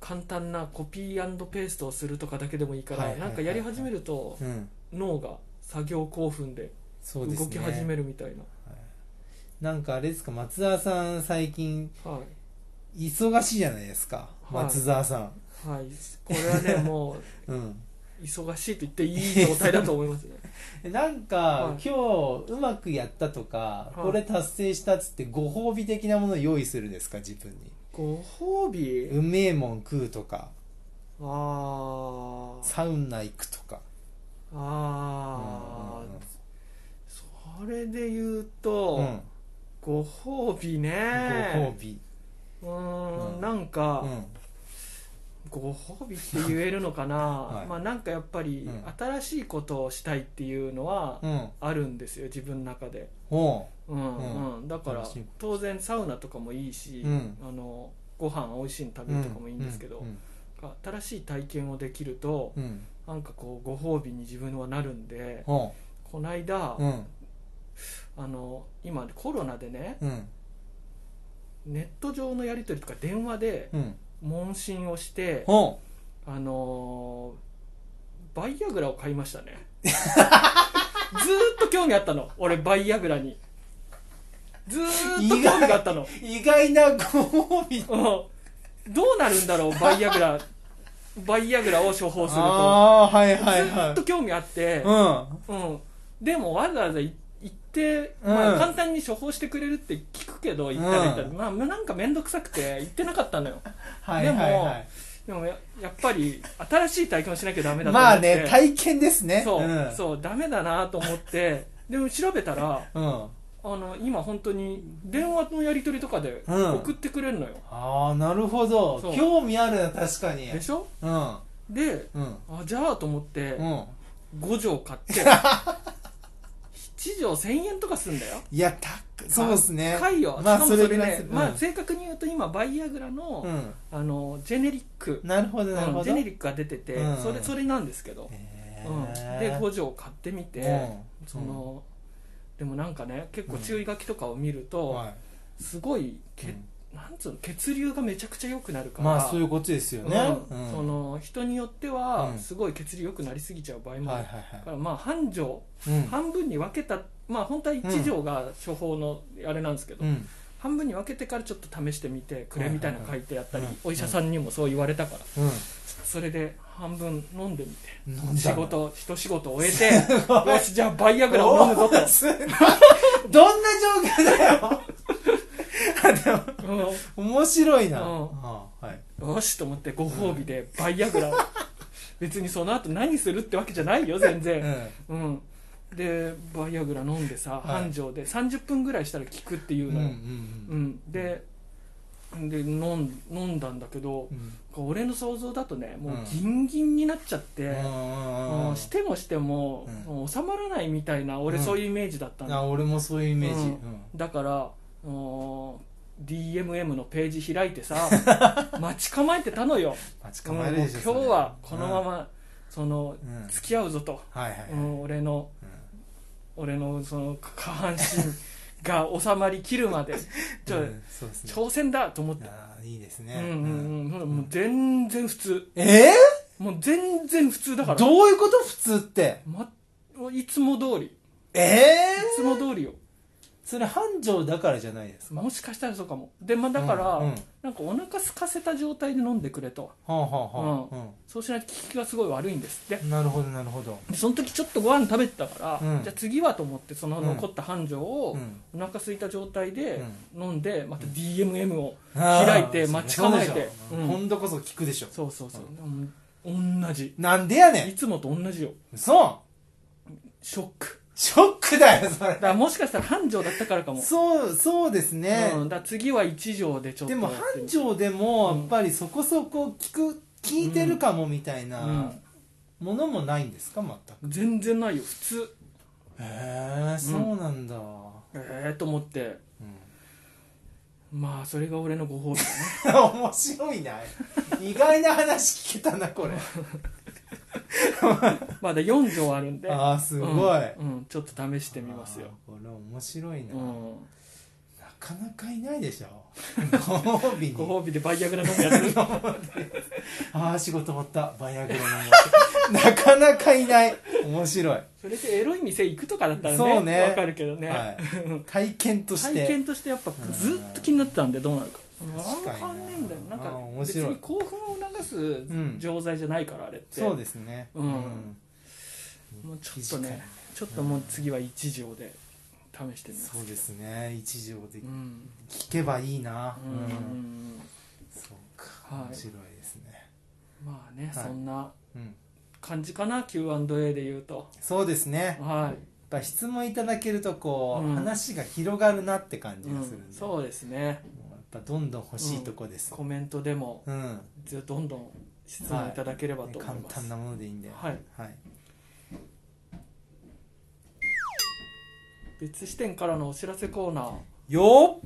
[SPEAKER 1] 簡単なコピーペーストをするとかだけでもいいから、
[SPEAKER 2] はいはいはい
[SPEAKER 1] なんかやり始めると
[SPEAKER 2] うん
[SPEAKER 1] 脳が作業興奮で
[SPEAKER 2] そうですね
[SPEAKER 1] 動き始めるみたいな、
[SPEAKER 2] なんかあれですか松田さん最近
[SPEAKER 1] はい
[SPEAKER 2] 忙しいじゃないですか、
[SPEAKER 1] はい
[SPEAKER 2] 松沢さん
[SPEAKER 1] はい、これはねも
[SPEAKER 2] うん
[SPEAKER 1] う忙しいと言っていい状態だと思います ね
[SPEAKER 2] なんか、
[SPEAKER 1] はい
[SPEAKER 2] 今日うまくやったとか、
[SPEAKER 1] はい
[SPEAKER 2] これ達成したっつってご褒美的なものを用意するんですか自分に
[SPEAKER 1] ご褒美
[SPEAKER 2] うめえもん食うとか
[SPEAKER 1] あー
[SPEAKER 2] サウナ行くとか
[SPEAKER 1] あ
[SPEAKER 2] うんうんうん
[SPEAKER 1] ーそれで言うと、
[SPEAKER 2] うん
[SPEAKER 1] ご褒美
[SPEAKER 2] ご褒
[SPEAKER 1] ね
[SPEAKER 2] 美、
[SPEAKER 1] うー
[SPEAKER 2] うんん
[SPEAKER 1] なん
[SPEAKER 2] う
[SPEAKER 1] か、
[SPEAKER 2] ん、
[SPEAKER 1] ご褒美って言えるのかな、
[SPEAKER 2] はい
[SPEAKER 1] まあなんかやっぱり
[SPEAKER 2] うん
[SPEAKER 1] 新しいことをしたいっていうのは
[SPEAKER 2] うん、
[SPEAKER 1] あるんですよ自分の中で、
[SPEAKER 2] おう
[SPEAKER 1] うん
[SPEAKER 2] うん
[SPEAKER 1] うんだから
[SPEAKER 2] 新しいこ
[SPEAKER 1] 当然サウナとかもいいし、
[SPEAKER 2] うん
[SPEAKER 1] あのご飯美味しいの食べるとかもいいんですけど、
[SPEAKER 2] うん
[SPEAKER 1] 新しい体験をできると
[SPEAKER 2] うんうん
[SPEAKER 1] なんかこうご褒美に自分はなるんで
[SPEAKER 2] おう
[SPEAKER 1] こないだ、
[SPEAKER 2] うん
[SPEAKER 1] あの今コロナでね
[SPEAKER 2] うん
[SPEAKER 1] ネット上のやり取りとか電話で
[SPEAKER 2] うん
[SPEAKER 1] 問診をして、
[SPEAKER 2] おう
[SPEAKER 1] あのーバイアグラを買いましたね ずーっと興味あったの俺バイアグラにずーっと興味があったの、
[SPEAKER 2] 意外なご褒美
[SPEAKER 1] うんどうなるんだろうバイアグラバイアグラを処方すると
[SPEAKER 2] ああはいはい
[SPEAKER 1] ずー
[SPEAKER 2] は
[SPEAKER 1] っと興味あって、
[SPEAKER 2] い
[SPEAKER 1] うん、でもわざわざい行って、
[SPEAKER 2] うん
[SPEAKER 1] まあ、簡単に処方してくれるって聞くけど行ったら行ったら、
[SPEAKER 2] うん
[SPEAKER 1] まあ、なんか面倒くさくて行ってなかったの よ
[SPEAKER 2] うんはいはいはい
[SPEAKER 1] でもややっぱり新しい体験をしなきゃダメだと思
[SPEAKER 2] ま
[SPEAKER 1] っ
[SPEAKER 2] あ
[SPEAKER 1] て
[SPEAKER 2] ね体験ですね
[SPEAKER 1] そう、
[SPEAKER 2] うん
[SPEAKER 1] そうダメだなと思ってでも調べたら
[SPEAKER 2] うん
[SPEAKER 1] あの今本当に電話のやり取りとかで
[SPEAKER 2] うん
[SPEAKER 1] 送ってくれるのよ、
[SPEAKER 2] ああなるほど
[SPEAKER 1] そう
[SPEAKER 2] 興味あるな確かに
[SPEAKER 1] でしょ
[SPEAKER 2] うん
[SPEAKER 1] で
[SPEAKER 2] うん
[SPEAKER 1] あじゃあと思って
[SPEAKER 2] うん
[SPEAKER 1] 5錠買って 7錠1000円とかすんだよ
[SPEAKER 2] いやたっそうですね
[SPEAKER 1] 高いよ、
[SPEAKER 2] まあ
[SPEAKER 1] しかもそれ
[SPEAKER 2] それぐらい
[SPEAKER 1] ね
[SPEAKER 2] す、る
[SPEAKER 1] まあ、
[SPEAKER 2] うん
[SPEAKER 1] 正確に言うと今バイアグラの,、
[SPEAKER 2] うん
[SPEAKER 1] あのジェネリック
[SPEAKER 2] なるほどな
[SPEAKER 1] う
[SPEAKER 2] るほ
[SPEAKER 1] んジェ
[SPEAKER 2] ど
[SPEAKER 1] ネリックが出てて、
[SPEAKER 2] うん
[SPEAKER 1] それそれなんですけど、
[SPEAKER 2] へ
[SPEAKER 1] うん、
[SPEAKER 2] ー
[SPEAKER 1] で工場を買ってみて、
[SPEAKER 2] うん
[SPEAKER 1] そのでもなんかね結構注意書きとかを見る
[SPEAKER 2] う
[SPEAKER 1] と、
[SPEAKER 2] んはい
[SPEAKER 1] すごいけ、
[SPEAKER 2] うん
[SPEAKER 1] なんつうの血流がめちゃくちゃ良くなるから、
[SPEAKER 2] まあそういうことですよね
[SPEAKER 1] うん
[SPEAKER 2] うん
[SPEAKER 1] その人によっては
[SPEAKER 2] うん
[SPEAKER 1] すごい血流良くなりすぎちゃう場合もあ
[SPEAKER 2] は
[SPEAKER 1] る、
[SPEAKER 2] いはい
[SPEAKER 1] だか
[SPEAKER 2] は
[SPEAKER 1] らまあ半錠、
[SPEAKER 2] いうん
[SPEAKER 1] 半分に分けたまあ本当は1錠が処方のあれなんですけど、
[SPEAKER 2] うん
[SPEAKER 1] 半分に分けてからちょっと試してみてくれみたいなの書いてやったり、
[SPEAKER 2] はいはいはい
[SPEAKER 1] お医者さんにもそう言われたから、
[SPEAKER 2] うん
[SPEAKER 1] それで半分飲んでみて
[SPEAKER 2] 飲んだの
[SPEAKER 1] 仕事一仕事終えてよしじゃあバイアグラを飲むぞと、
[SPEAKER 2] おーすごいどんな状況だよあでも
[SPEAKER 1] う
[SPEAKER 2] 面白いな、
[SPEAKER 1] うん
[SPEAKER 2] あはい、
[SPEAKER 1] んよしと思ってご褒美でバイアグラを別にその後何するってわけじゃないよ全
[SPEAKER 2] う
[SPEAKER 1] 然
[SPEAKER 2] ん、
[SPEAKER 1] うん、でバイアグラ飲んでさ
[SPEAKER 2] い
[SPEAKER 1] 半錠で30分ぐらいしたら効くっていう
[SPEAKER 2] うんう
[SPEAKER 1] のよ、うんんでで飲ん飲んだんだけど
[SPEAKER 2] うんうん
[SPEAKER 1] 俺の想像だとねもううんギンギンになっちゃって、
[SPEAKER 2] うん
[SPEAKER 1] もうしてもしても,、
[SPEAKER 2] うん
[SPEAKER 1] もう収まらないみたいな俺
[SPEAKER 2] うん
[SPEAKER 1] そういうイメージだった
[SPEAKER 2] あ
[SPEAKER 1] の、
[SPEAKER 2] 俺もそういうイメージ、
[SPEAKER 1] う
[SPEAKER 2] うんん
[SPEAKER 1] だからもう DMM のページ開いてさ 待ち構えてたのよ
[SPEAKER 2] 待ち構えるでしょ、
[SPEAKER 1] うんもう今日はこのま
[SPEAKER 2] ま、
[SPEAKER 1] ま、その
[SPEAKER 2] うんうん
[SPEAKER 1] 付き合うぞと、
[SPEAKER 2] はいはい、
[SPEAKER 1] うん、俺の俺のその下半身が収まりきる までちょ、
[SPEAKER 2] うんそうですね
[SPEAKER 1] 挑戦だと思って、
[SPEAKER 2] あーいいです
[SPEAKER 1] う
[SPEAKER 2] ね、
[SPEAKER 1] んうんうん、もう全然普通
[SPEAKER 2] え
[SPEAKER 1] もう全然普通だか
[SPEAKER 2] ー、
[SPEAKER 1] ら
[SPEAKER 2] どういうこと普通って
[SPEAKER 1] ま、いつも通りい
[SPEAKER 2] え
[SPEAKER 1] つ
[SPEAKER 2] えー、
[SPEAKER 1] も通りよ
[SPEAKER 2] それ繁盛だからじゃないですか
[SPEAKER 1] もしかしたらそうかもで、まあ、だから、
[SPEAKER 2] うんうん
[SPEAKER 1] なんかお腹空かせた状態で飲んでくれと
[SPEAKER 2] はあはあは
[SPEAKER 1] そうしないと効きがすごい悪いんですって
[SPEAKER 2] あ、うん、なるほどなるほど
[SPEAKER 1] でその時ちょっとご飯食べてたから、
[SPEAKER 2] うん
[SPEAKER 1] じゃあ次はと思ってその残った繁盛を
[SPEAKER 2] うん
[SPEAKER 1] お腹空いた状態で
[SPEAKER 2] う
[SPEAKER 1] 飲んでまた DMM を、開
[SPEAKER 2] 開
[SPEAKER 1] いて待ち構えてうん
[SPEAKER 2] 今度こそ聞くでしょ
[SPEAKER 1] そうそうそう、うん同じ
[SPEAKER 2] なんでやね
[SPEAKER 1] い
[SPEAKER 2] ん
[SPEAKER 1] つもと同じよ
[SPEAKER 2] そう
[SPEAKER 1] ショック
[SPEAKER 2] ショックだよそ
[SPEAKER 1] だか
[SPEAKER 2] れ
[SPEAKER 1] らもしかしたら繁盛だったからかも、
[SPEAKER 2] そうそうですね、
[SPEAKER 1] うん、だから次は1錠でちょっと
[SPEAKER 2] でも
[SPEAKER 1] やってみ
[SPEAKER 2] 繁
[SPEAKER 1] る
[SPEAKER 2] 盛でもやっぱりそこそこ聞く聞いてるかもみたいなものもないんですか全く
[SPEAKER 1] うん、全然ないよ普通
[SPEAKER 2] へえそうなんだ、う
[SPEAKER 1] ええと思って
[SPEAKER 2] ん、
[SPEAKER 1] まあそれが俺のご褒美だね
[SPEAKER 2] 面白いな意外な話聞けたなこれ
[SPEAKER 1] まだ4錠あるんで
[SPEAKER 2] ああすごい、
[SPEAKER 1] うんうんちょっと試してみますよ
[SPEAKER 2] あ、ーこれ面白いな、
[SPEAKER 1] うん、
[SPEAKER 2] なかなかいないでしょご褒美に
[SPEAKER 1] ご褒美でバイアグラ飲むやつ
[SPEAKER 2] ああ仕事終わったバイアグラ飲もう なかなかいない面白い、
[SPEAKER 1] それでエロい店行くとかだったらね
[SPEAKER 2] そうね
[SPEAKER 1] わかるけどね、
[SPEAKER 2] はい、体験として
[SPEAKER 1] 体験としてやっぱずっと気になってたんでどうなるか
[SPEAKER 2] 確かに
[SPEAKER 1] あんま変わんねえんだよなん
[SPEAKER 2] あー
[SPEAKER 1] か
[SPEAKER 2] 面
[SPEAKER 1] 別
[SPEAKER 2] 白い
[SPEAKER 1] に興奮を促出す
[SPEAKER 2] ん
[SPEAKER 1] 錠剤じゃないから、あれって
[SPEAKER 2] そうですね
[SPEAKER 1] うんもうちょっとねちょっともう次は1錠で試してみます
[SPEAKER 2] そうですね一条で
[SPEAKER 1] うん
[SPEAKER 2] 聞けばいいな
[SPEAKER 1] う
[SPEAKER 2] うん
[SPEAKER 1] うんん
[SPEAKER 2] そう
[SPEAKER 1] はい
[SPEAKER 2] か面白いですね
[SPEAKER 1] まあね、
[SPEAKER 2] はい
[SPEAKER 1] そんな
[SPEAKER 2] うん
[SPEAKER 1] 感じかな Q&A で言うと
[SPEAKER 2] そうですねやっ
[SPEAKER 1] はい
[SPEAKER 2] ぱ質問いただけるとこ
[SPEAKER 1] うん
[SPEAKER 2] う話が広がるなって感じがするん
[SPEAKER 1] うん
[SPEAKER 2] で
[SPEAKER 1] そうですね
[SPEAKER 2] もうやっぱどんどん欲しいとこです
[SPEAKER 1] コメントでも
[SPEAKER 2] うん
[SPEAKER 1] ぜどんどん質問いただければと思い
[SPEAKER 2] 簡
[SPEAKER 1] ます、
[SPEAKER 2] 単なものでいいんで
[SPEAKER 1] はい
[SPEAKER 2] はい
[SPEAKER 1] 別視点からのお知らせコーナー
[SPEAKER 2] よ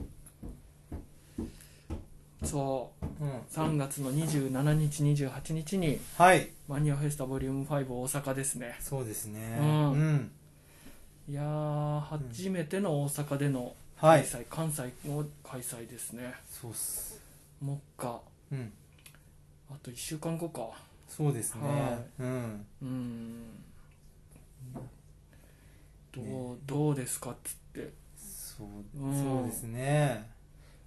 [SPEAKER 1] そう
[SPEAKER 2] っうん
[SPEAKER 1] 3月の27日28日に
[SPEAKER 2] はい
[SPEAKER 1] マニアフェスタボリューム5大阪ですね
[SPEAKER 2] そうですね
[SPEAKER 1] うん
[SPEAKER 2] うん
[SPEAKER 1] いやー初めての大阪での
[SPEAKER 2] は
[SPEAKER 1] 開
[SPEAKER 2] い
[SPEAKER 1] 催、関西の開催ですね
[SPEAKER 2] そうっす
[SPEAKER 1] もっか
[SPEAKER 2] うん
[SPEAKER 1] あと1週間後か
[SPEAKER 2] そうです
[SPEAKER 1] は
[SPEAKER 2] ねうん
[SPEAKER 1] うんどう,、どうですかっつって
[SPEAKER 2] そう
[SPEAKER 1] うん
[SPEAKER 2] そうですね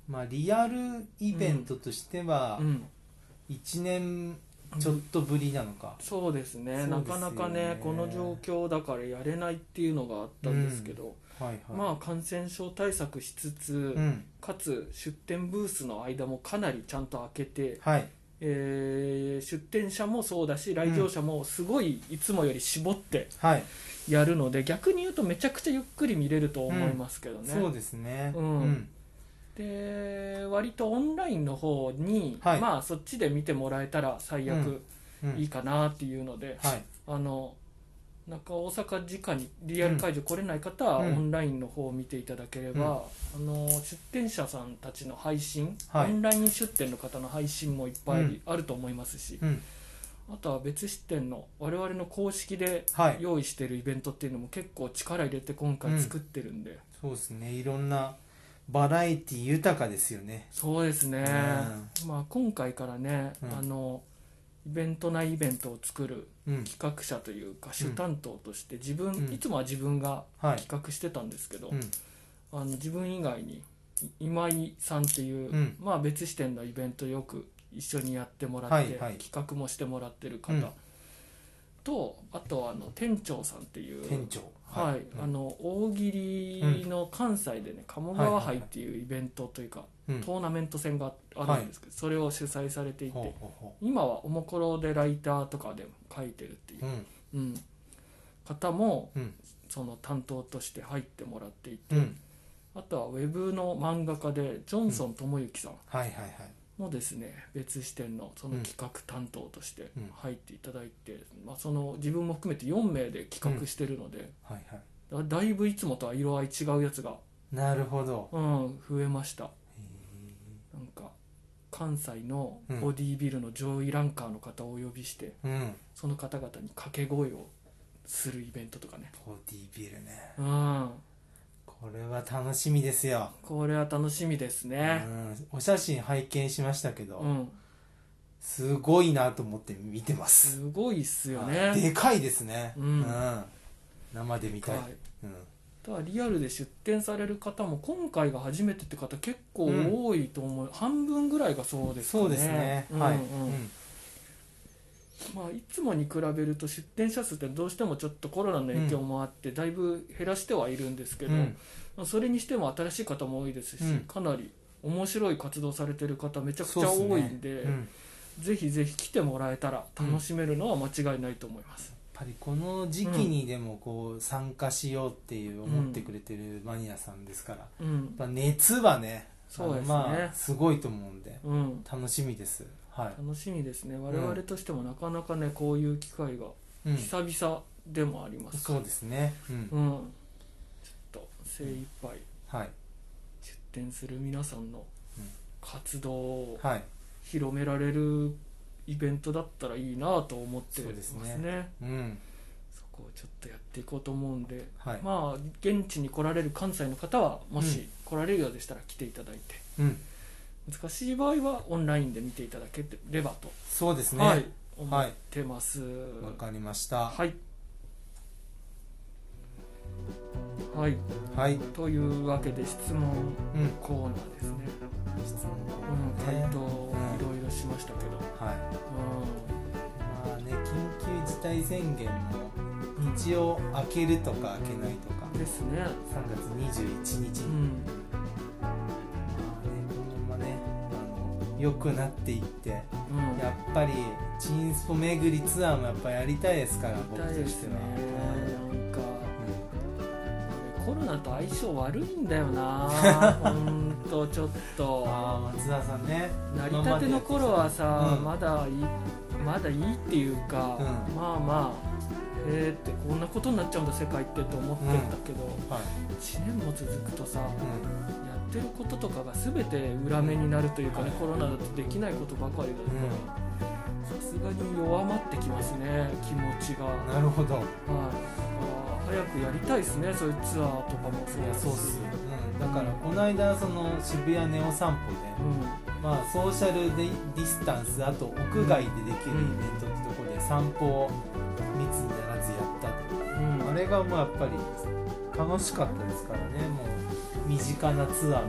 [SPEAKER 2] まあリアルイベントとしては
[SPEAKER 1] うん
[SPEAKER 2] 1年ちょっとぶりなのか
[SPEAKER 1] そうですね
[SPEAKER 2] そうですよ
[SPEAKER 1] なかな
[SPEAKER 2] ね
[SPEAKER 1] かねこの状況だからやれないっていうのがあったんですけど、
[SPEAKER 2] はいはい
[SPEAKER 1] まあ感染症対策しつつ、
[SPEAKER 2] うん
[SPEAKER 1] かつ出店ブースの間もかなりちゃんと空けて、
[SPEAKER 2] はい
[SPEAKER 1] えー出店者もそうだし来場者もすごいいつもより絞って
[SPEAKER 2] はい
[SPEAKER 1] やるので、逆に言うとめちゃくちゃゆっくり見れると思いますけどね、
[SPEAKER 2] そうですね
[SPEAKER 1] うん
[SPEAKER 2] うん
[SPEAKER 1] で割とオンラインの方に、
[SPEAKER 2] はい
[SPEAKER 1] まあそっちで見てもらえたら最悪
[SPEAKER 2] うん
[SPEAKER 1] いいかなっていうので、
[SPEAKER 2] はい
[SPEAKER 1] あのなんか大阪直にリアル会場来れない方は、
[SPEAKER 2] うん
[SPEAKER 1] オンラインの方を見ていただければ、あの出店者さんたちの配信、
[SPEAKER 2] はい
[SPEAKER 1] オンライン出店の方の配信もいっぱ
[SPEAKER 2] う
[SPEAKER 1] い
[SPEAKER 2] ん
[SPEAKER 1] あると思いますし、
[SPEAKER 2] うん
[SPEAKER 1] あとは別出店の我々の公式で
[SPEAKER 2] はい
[SPEAKER 1] 用意してるイベントっていうのも結構力入れて今回作ってるんで、
[SPEAKER 2] そうですねいろんなバラエティ豊かですよね
[SPEAKER 1] そうですね、まあ、今回からね、
[SPEAKER 2] うん
[SPEAKER 1] あのイベント内イベントを作る
[SPEAKER 2] うん
[SPEAKER 1] 企画者というか主担当として自分、
[SPEAKER 2] うん
[SPEAKER 1] いつもは自分が
[SPEAKER 2] はい
[SPEAKER 1] 企画してたんですけど、
[SPEAKER 2] うん
[SPEAKER 1] あの自分以外にい今井さんっていう、
[SPEAKER 2] うん
[SPEAKER 1] まあ、別視点のイベントよく一緒にやってもらって、
[SPEAKER 2] はいはい
[SPEAKER 1] 企画もしてもらってる方、
[SPEAKER 2] うん
[SPEAKER 1] とあとはあの店長さんっていう
[SPEAKER 2] 店長
[SPEAKER 1] はい
[SPEAKER 2] うん
[SPEAKER 1] あの大喜利の関西でね鴨川杯っていうイベントというか、
[SPEAKER 2] うん
[SPEAKER 1] トーナメント戦があるんですけど、それを主催されていて、
[SPEAKER 2] ほうほうほ
[SPEAKER 1] 今はおもころでライターとかでも書いてるっていう
[SPEAKER 2] ううん
[SPEAKER 1] う、ん、方も
[SPEAKER 2] うん
[SPEAKER 1] その担当として入ってもらっていて
[SPEAKER 2] うん
[SPEAKER 1] あとはウェブの漫画家でジョンソン智之さん
[SPEAKER 2] はいはいはい
[SPEAKER 1] もですね、別視点のその企画担当として
[SPEAKER 2] うん
[SPEAKER 1] 入っていただいて、まあ、その自分も含めて4名で企画してるので、
[SPEAKER 2] はいはい
[SPEAKER 1] だだいぶいつもとは色合い違うやつが、
[SPEAKER 2] なるほど
[SPEAKER 1] うん、増えました
[SPEAKER 2] へ
[SPEAKER 1] なんか関西の
[SPEAKER 2] うん
[SPEAKER 1] ボディービルの上位ランカーの方をお呼びして、
[SPEAKER 2] ーうん
[SPEAKER 1] その方々に掛け声をするイベントとかね
[SPEAKER 2] ボディビルね
[SPEAKER 1] うん
[SPEAKER 2] これは楽しみですよ、
[SPEAKER 1] これは楽しみです
[SPEAKER 2] う
[SPEAKER 1] ね
[SPEAKER 2] ん、お写真拝見しましたけど、
[SPEAKER 1] うん
[SPEAKER 2] すごいなと思って見てます
[SPEAKER 1] すごいっすよ
[SPEAKER 2] あ
[SPEAKER 1] ね
[SPEAKER 2] でかいですね、
[SPEAKER 1] うん
[SPEAKER 2] 生で見たい、
[SPEAKER 1] はい
[SPEAKER 2] うん、
[SPEAKER 1] ただリアルで出店される方も今回が初めてって方結構多いと思う、半分ぐらいがそうですかね
[SPEAKER 2] そうですね、
[SPEAKER 1] んうん
[SPEAKER 2] はい、
[SPEAKER 1] まあ、いつもに比べると出店者数ってどうしてもちょっとコロナの影響もあってだいぶ減らしてはいるんですけど、
[SPEAKER 2] うん
[SPEAKER 1] まあそれにしても新しい方も多いですし、
[SPEAKER 2] うん
[SPEAKER 1] かなり面白い活動されてる方めちゃくちゃ多いんで
[SPEAKER 2] そうっすねうんやっ
[SPEAKER 1] ぜひぜひ来てもらえたら楽しめるのは間違いないと思います、
[SPEAKER 2] ぱりこの時期にでもこう参加しようっていう思ってくれてるマニアさんですから、や
[SPEAKER 1] うん
[SPEAKER 2] っぱ熱はね
[SPEAKER 1] そうですね
[SPEAKER 2] あのまあすごいと思うんで
[SPEAKER 1] うん、
[SPEAKER 2] 楽しみですは
[SPEAKER 1] 楽しみですね我々としてもなかなかねこういう機会が
[SPEAKER 2] い、うん、
[SPEAKER 1] 久々でもありますか
[SPEAKER 2] そ
[SPEAKER 1] ら
[SPEAKER 2] うですね、うん
[SPEAKER 1] うん、ちょっと精一杯
[SPEAKER 2] はい
[SPEAKER 1] 出店する皆さんの
[SPEAKER 2] うん
[SPEAKER 1] 活動を
[SPEAKER 2] はい
[SPEAKER 1] 広められるイベントだったらいいなと思って
[SPEAKER 2] そう
[SPEAKER 1] ま
[SPEAKER 2] ですす
[SPEAKER 1] ね
[SPEAKER 2] ね
[SPEAKER 1] そ
[SPEAKER 2] うん
[SPEAKER 1] こをちょっとやっていこうと思うんで、
[SPEAKER 2] はい、
[SPEAKER 1] まあ現地に来られる関西の方はも
[SPEAKER 2] う
[SPEAKER 1] し来られるようでしたら来ていただいて、
[SPEAKER 2] うん
[SPEAKER 1] 難しい場合はオンラインで見ていただければと、
[SPEAKER 2] そうですね、
[SPEAKER 1] はい、思ってます
[SPEAKER 2] わかりました。
[SPEAKER 1] はい、はい、
[SPEAKER 2] はい。
[SPEAKER 1] というわけで質問
[SPEAKER 2] うん。
[SPEAKER 1] コーナーですね、
[SPEAKER 2] 質問
[SPEAKER 1] うん、回答
[SPEAKER 2] ね
[SPEAKER 1] いろいろ調しましたけど、
[SPEAKER 2] はい
[SPEAKER 1] うん
[SPEAKER 2] まあね緊急事態宣言も一応開けるとか開けないとか
[SPEAKER 1] ですね
[SPEAKER 2] 3月21日
[SPEAKER 1] う
[SPEAKER 2] に、
[SPEAKER 1] ん
[SPEAKER 2] まあねこのままねあの良くなっていってや
[SPEAKER 1] うん
[SPEAKER 2] っぱりチンスポ巡りツアーもやっぱやりたいですから僕
[SPEAKER 1] 痛
[SPEAKER 2] と
[SPEAKER 1] いで
[SPEAKER 2] し
[SPEAKER 1] す
[SPEAKER 2] て
[SPEAKER 1] ね
[SPEAKER 2] は、
[SPEAKER 1] なんか
[SPEAKER 2] うん
[SPEAKER 1] コロナと相性悪いんだよ なほんとちょっと
[SPEAKER 2] ああ松田さんね
[SPEAKER 1] 成り立ての頃はさ、
[SPEAKER 2] うん
[SPEAKER 1] まだいいまだいいっていうか、
[SPEAKER 2] うん
[SPEAKER 1] まあまあへえってこんなことになっちゃうんだ世界ってと思ってんだけど、
[SPEAKER 2] はい、
[SPEAKER 1] 1年も続くとさ、
[SPEAKER 2] う
[SPEAKER 1] や
[SPEAKER 2] ん
[SPEAKER 1] ってることとかが全て裏目になるというかね、
[SPEAKER 2] うん
[SPEAKER 1] コロナだとできないことばかりだからさすがに弱まってきますね気持ちが、はい、
[SPEAKER 2] なるほど
[SPEAKER 1] あー早くやりたいですねそういうツアーとかもそ
[SPEAKER 2] いや
[SPEAKER 1] だ
[SPEAKER 2] そうっす、うん、だからこの間その渋谷ネオ散歩で、
[SPEAKER 1] うん
[SPEAKER 2] まあ、ソーシャルディスタンスあと屋外でできるイベントってところで散歩を密にならずやったと
[SPEAKER 1] うん
[SPEAKER 2] あれがまあやっぱり楽しかったですからねもう身近なツアーみたいな感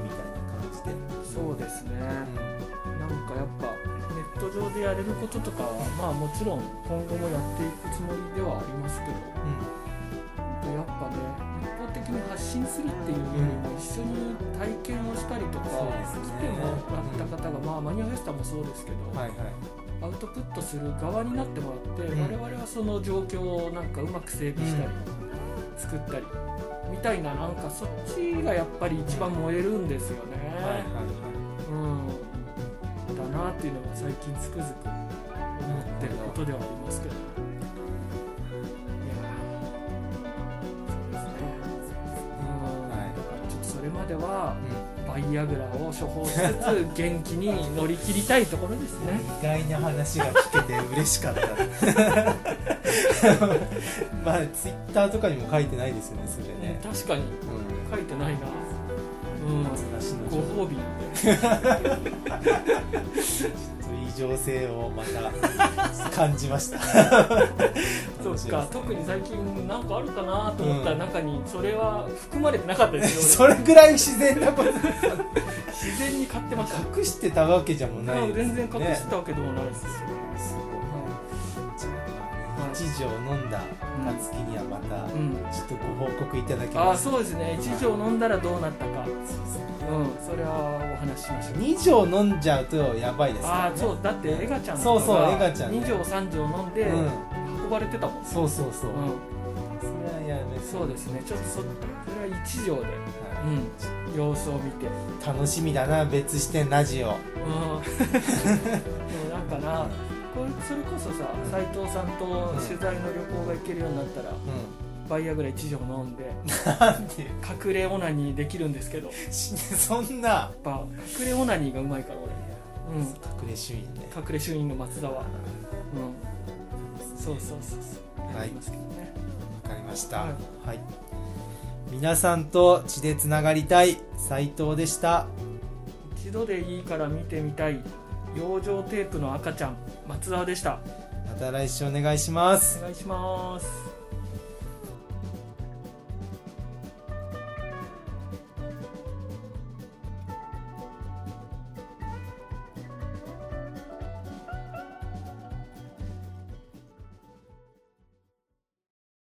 [SPEAKER 2] じで
[SPEAKER 1] そうですね、
[SPEAKER 2] う
[SPEAKER 1] なんかやっぱネット上でやれることとかはまあもちろん今後もやっていくつもりではありますけど
[SPEAKER 2] ん、うん
[SPEAKER 1] やっぱね一方的に発信するっていうよりも一緒に体験をしたりとか
[SPEAKER 2] そうですね
[SPEAKER 1] 来てもらった方が、まあ、マニアフェスタもそうですけど、
[SPEAKER 2] はいはい
[SPEAKER 1] アウトプットする側になってもらって、
[SPEAKER 2] うん
[SPEAKER 1] 我々はその状況をなんかうまく整備したり、作ったりみたいななんかそっちがやっぱり一番燃えるんですよね。
[SPEAKER 2] はいはいは
[SPEAKER 1] うん、だなっていうのが最近つくづく思ってることではありますけどいやーそうですねうん、だから
[SPEAKER 2] はい、
[SPEAKER 1] ちょっとそれまではいバイアグラを処方し つつ元気に乗り切りたいところです
[SPEAKER 2] うん
[SPEAKER 1] ね、
[SPEAKER 2] 意外な話が聞けて嬉しかった まあツイッターとかにも書いてないですよねそれね、
[SPEAKER 1] 確かに
[SPEAKER 2] うん、
[SPEAKER 1] 書いてないなうん
[SPEAKER 2] 私の
[SPEAKER 1] ご
[SPEAKER 2] 情報
[SPEAKER 1] 褒美
[SPEAKER 2] 異常性をまた感じ ました。
[SPEAKER 1] そっか
[SPEAKER 2] 面白
[SPEAKER 1] 特に最近なんかあるかなと思った
[SPEAKER 2] う
[SPEAKER 1] ら
[SPEAKER 2] ん
[SPEAKER 1] 中にそれは含まれてなかったで
[SPEAKER 2] いですす
[SPEAKER 1] よ、
[SPEAKER 2] それぐらい自然なこと
[SPEAKER 1] 俺自然に買ってました
[SPEAKER 2] 隠してたわけじゃもうない
[SPEAKER 1] まあ
[SPEAKER 2] です
[SPEAKER 1] 全然
[SPEAKER 2] ね。
[SPEAKER 1] 隠してたわけでもないですよ、
[SPEAKER 2] すごい
[SPEAKER 1] い
[SPEAKER 2] 一錠飲んだ暁にはまた
[SPEAKER 1] うん、
[SPEAKER 2] ちょっとご報告いただけ
[SPEAKER 1] あ
[SPEAKER 2] ま
[SPEAKER 1] あ
[SPEAKER 2] す。
[SPEAKER 1] そうですね一錠飲んだらどうなったかうん
[SPEAKER 2] そうですね
[SPEAKER 1] それはお話ししましょう
[SPEAKER 2] 二錠飲んじゃうとやばいですから
[SPEAKER 1] あ
[SPEAKER 2] ね。
[SPEAKER 1] あそうだってエガちゃん
[SPEAKER 2] そうそうエガちゃんね
[SPEAKER 1] 2錠3錠飲んで
[SPEAKER 2] うん。
[SPEAKER 1] 運ばれてたもん、うん
[SPEAKER 2] そうそうそう。それはやめ
[SPEAKER 1] そうですねちょっとそそれは一錠で、うん、様子を見て
[SPEAKER 2] 楽しみだな別視点ラジオ。
[SPEAKER 1] うんでもなんかなこれそれこそさ斎藤さんと取材の旅行が行けるようになったら
[SPEAKER 2] う
[SPEAKER 1] バイアグラ1錠飲んで
[SPEAKER 2] ん。なんていう
[SPEAKER 1] 隠れオナニーできるんですけどやっ
[SPEAKER 2] そんな
[SPEAKER 1] ぱ隠れオナニーがうまいから俺うん
[SPEAKER 2] 隠れ趣味ね。
[SPEAKER 1] 隠れ主任の松田は、うん、そうそうそうそう、
[SPEAKER 2] はい
[SPEAKER 1] やりますけどね
[SPEAKER 2] わかりました。
[SPEAKER 1] は
[SPEAKER 2] はいい。皆さんと血でつながりたい斉藤でした。
[SPEAKER 1] 一度でいいから見てみたい養生テープの赤ちゃん松田でした
[SPEAKER 2] また来週お願いします。
[SPEAKER 1] お願いします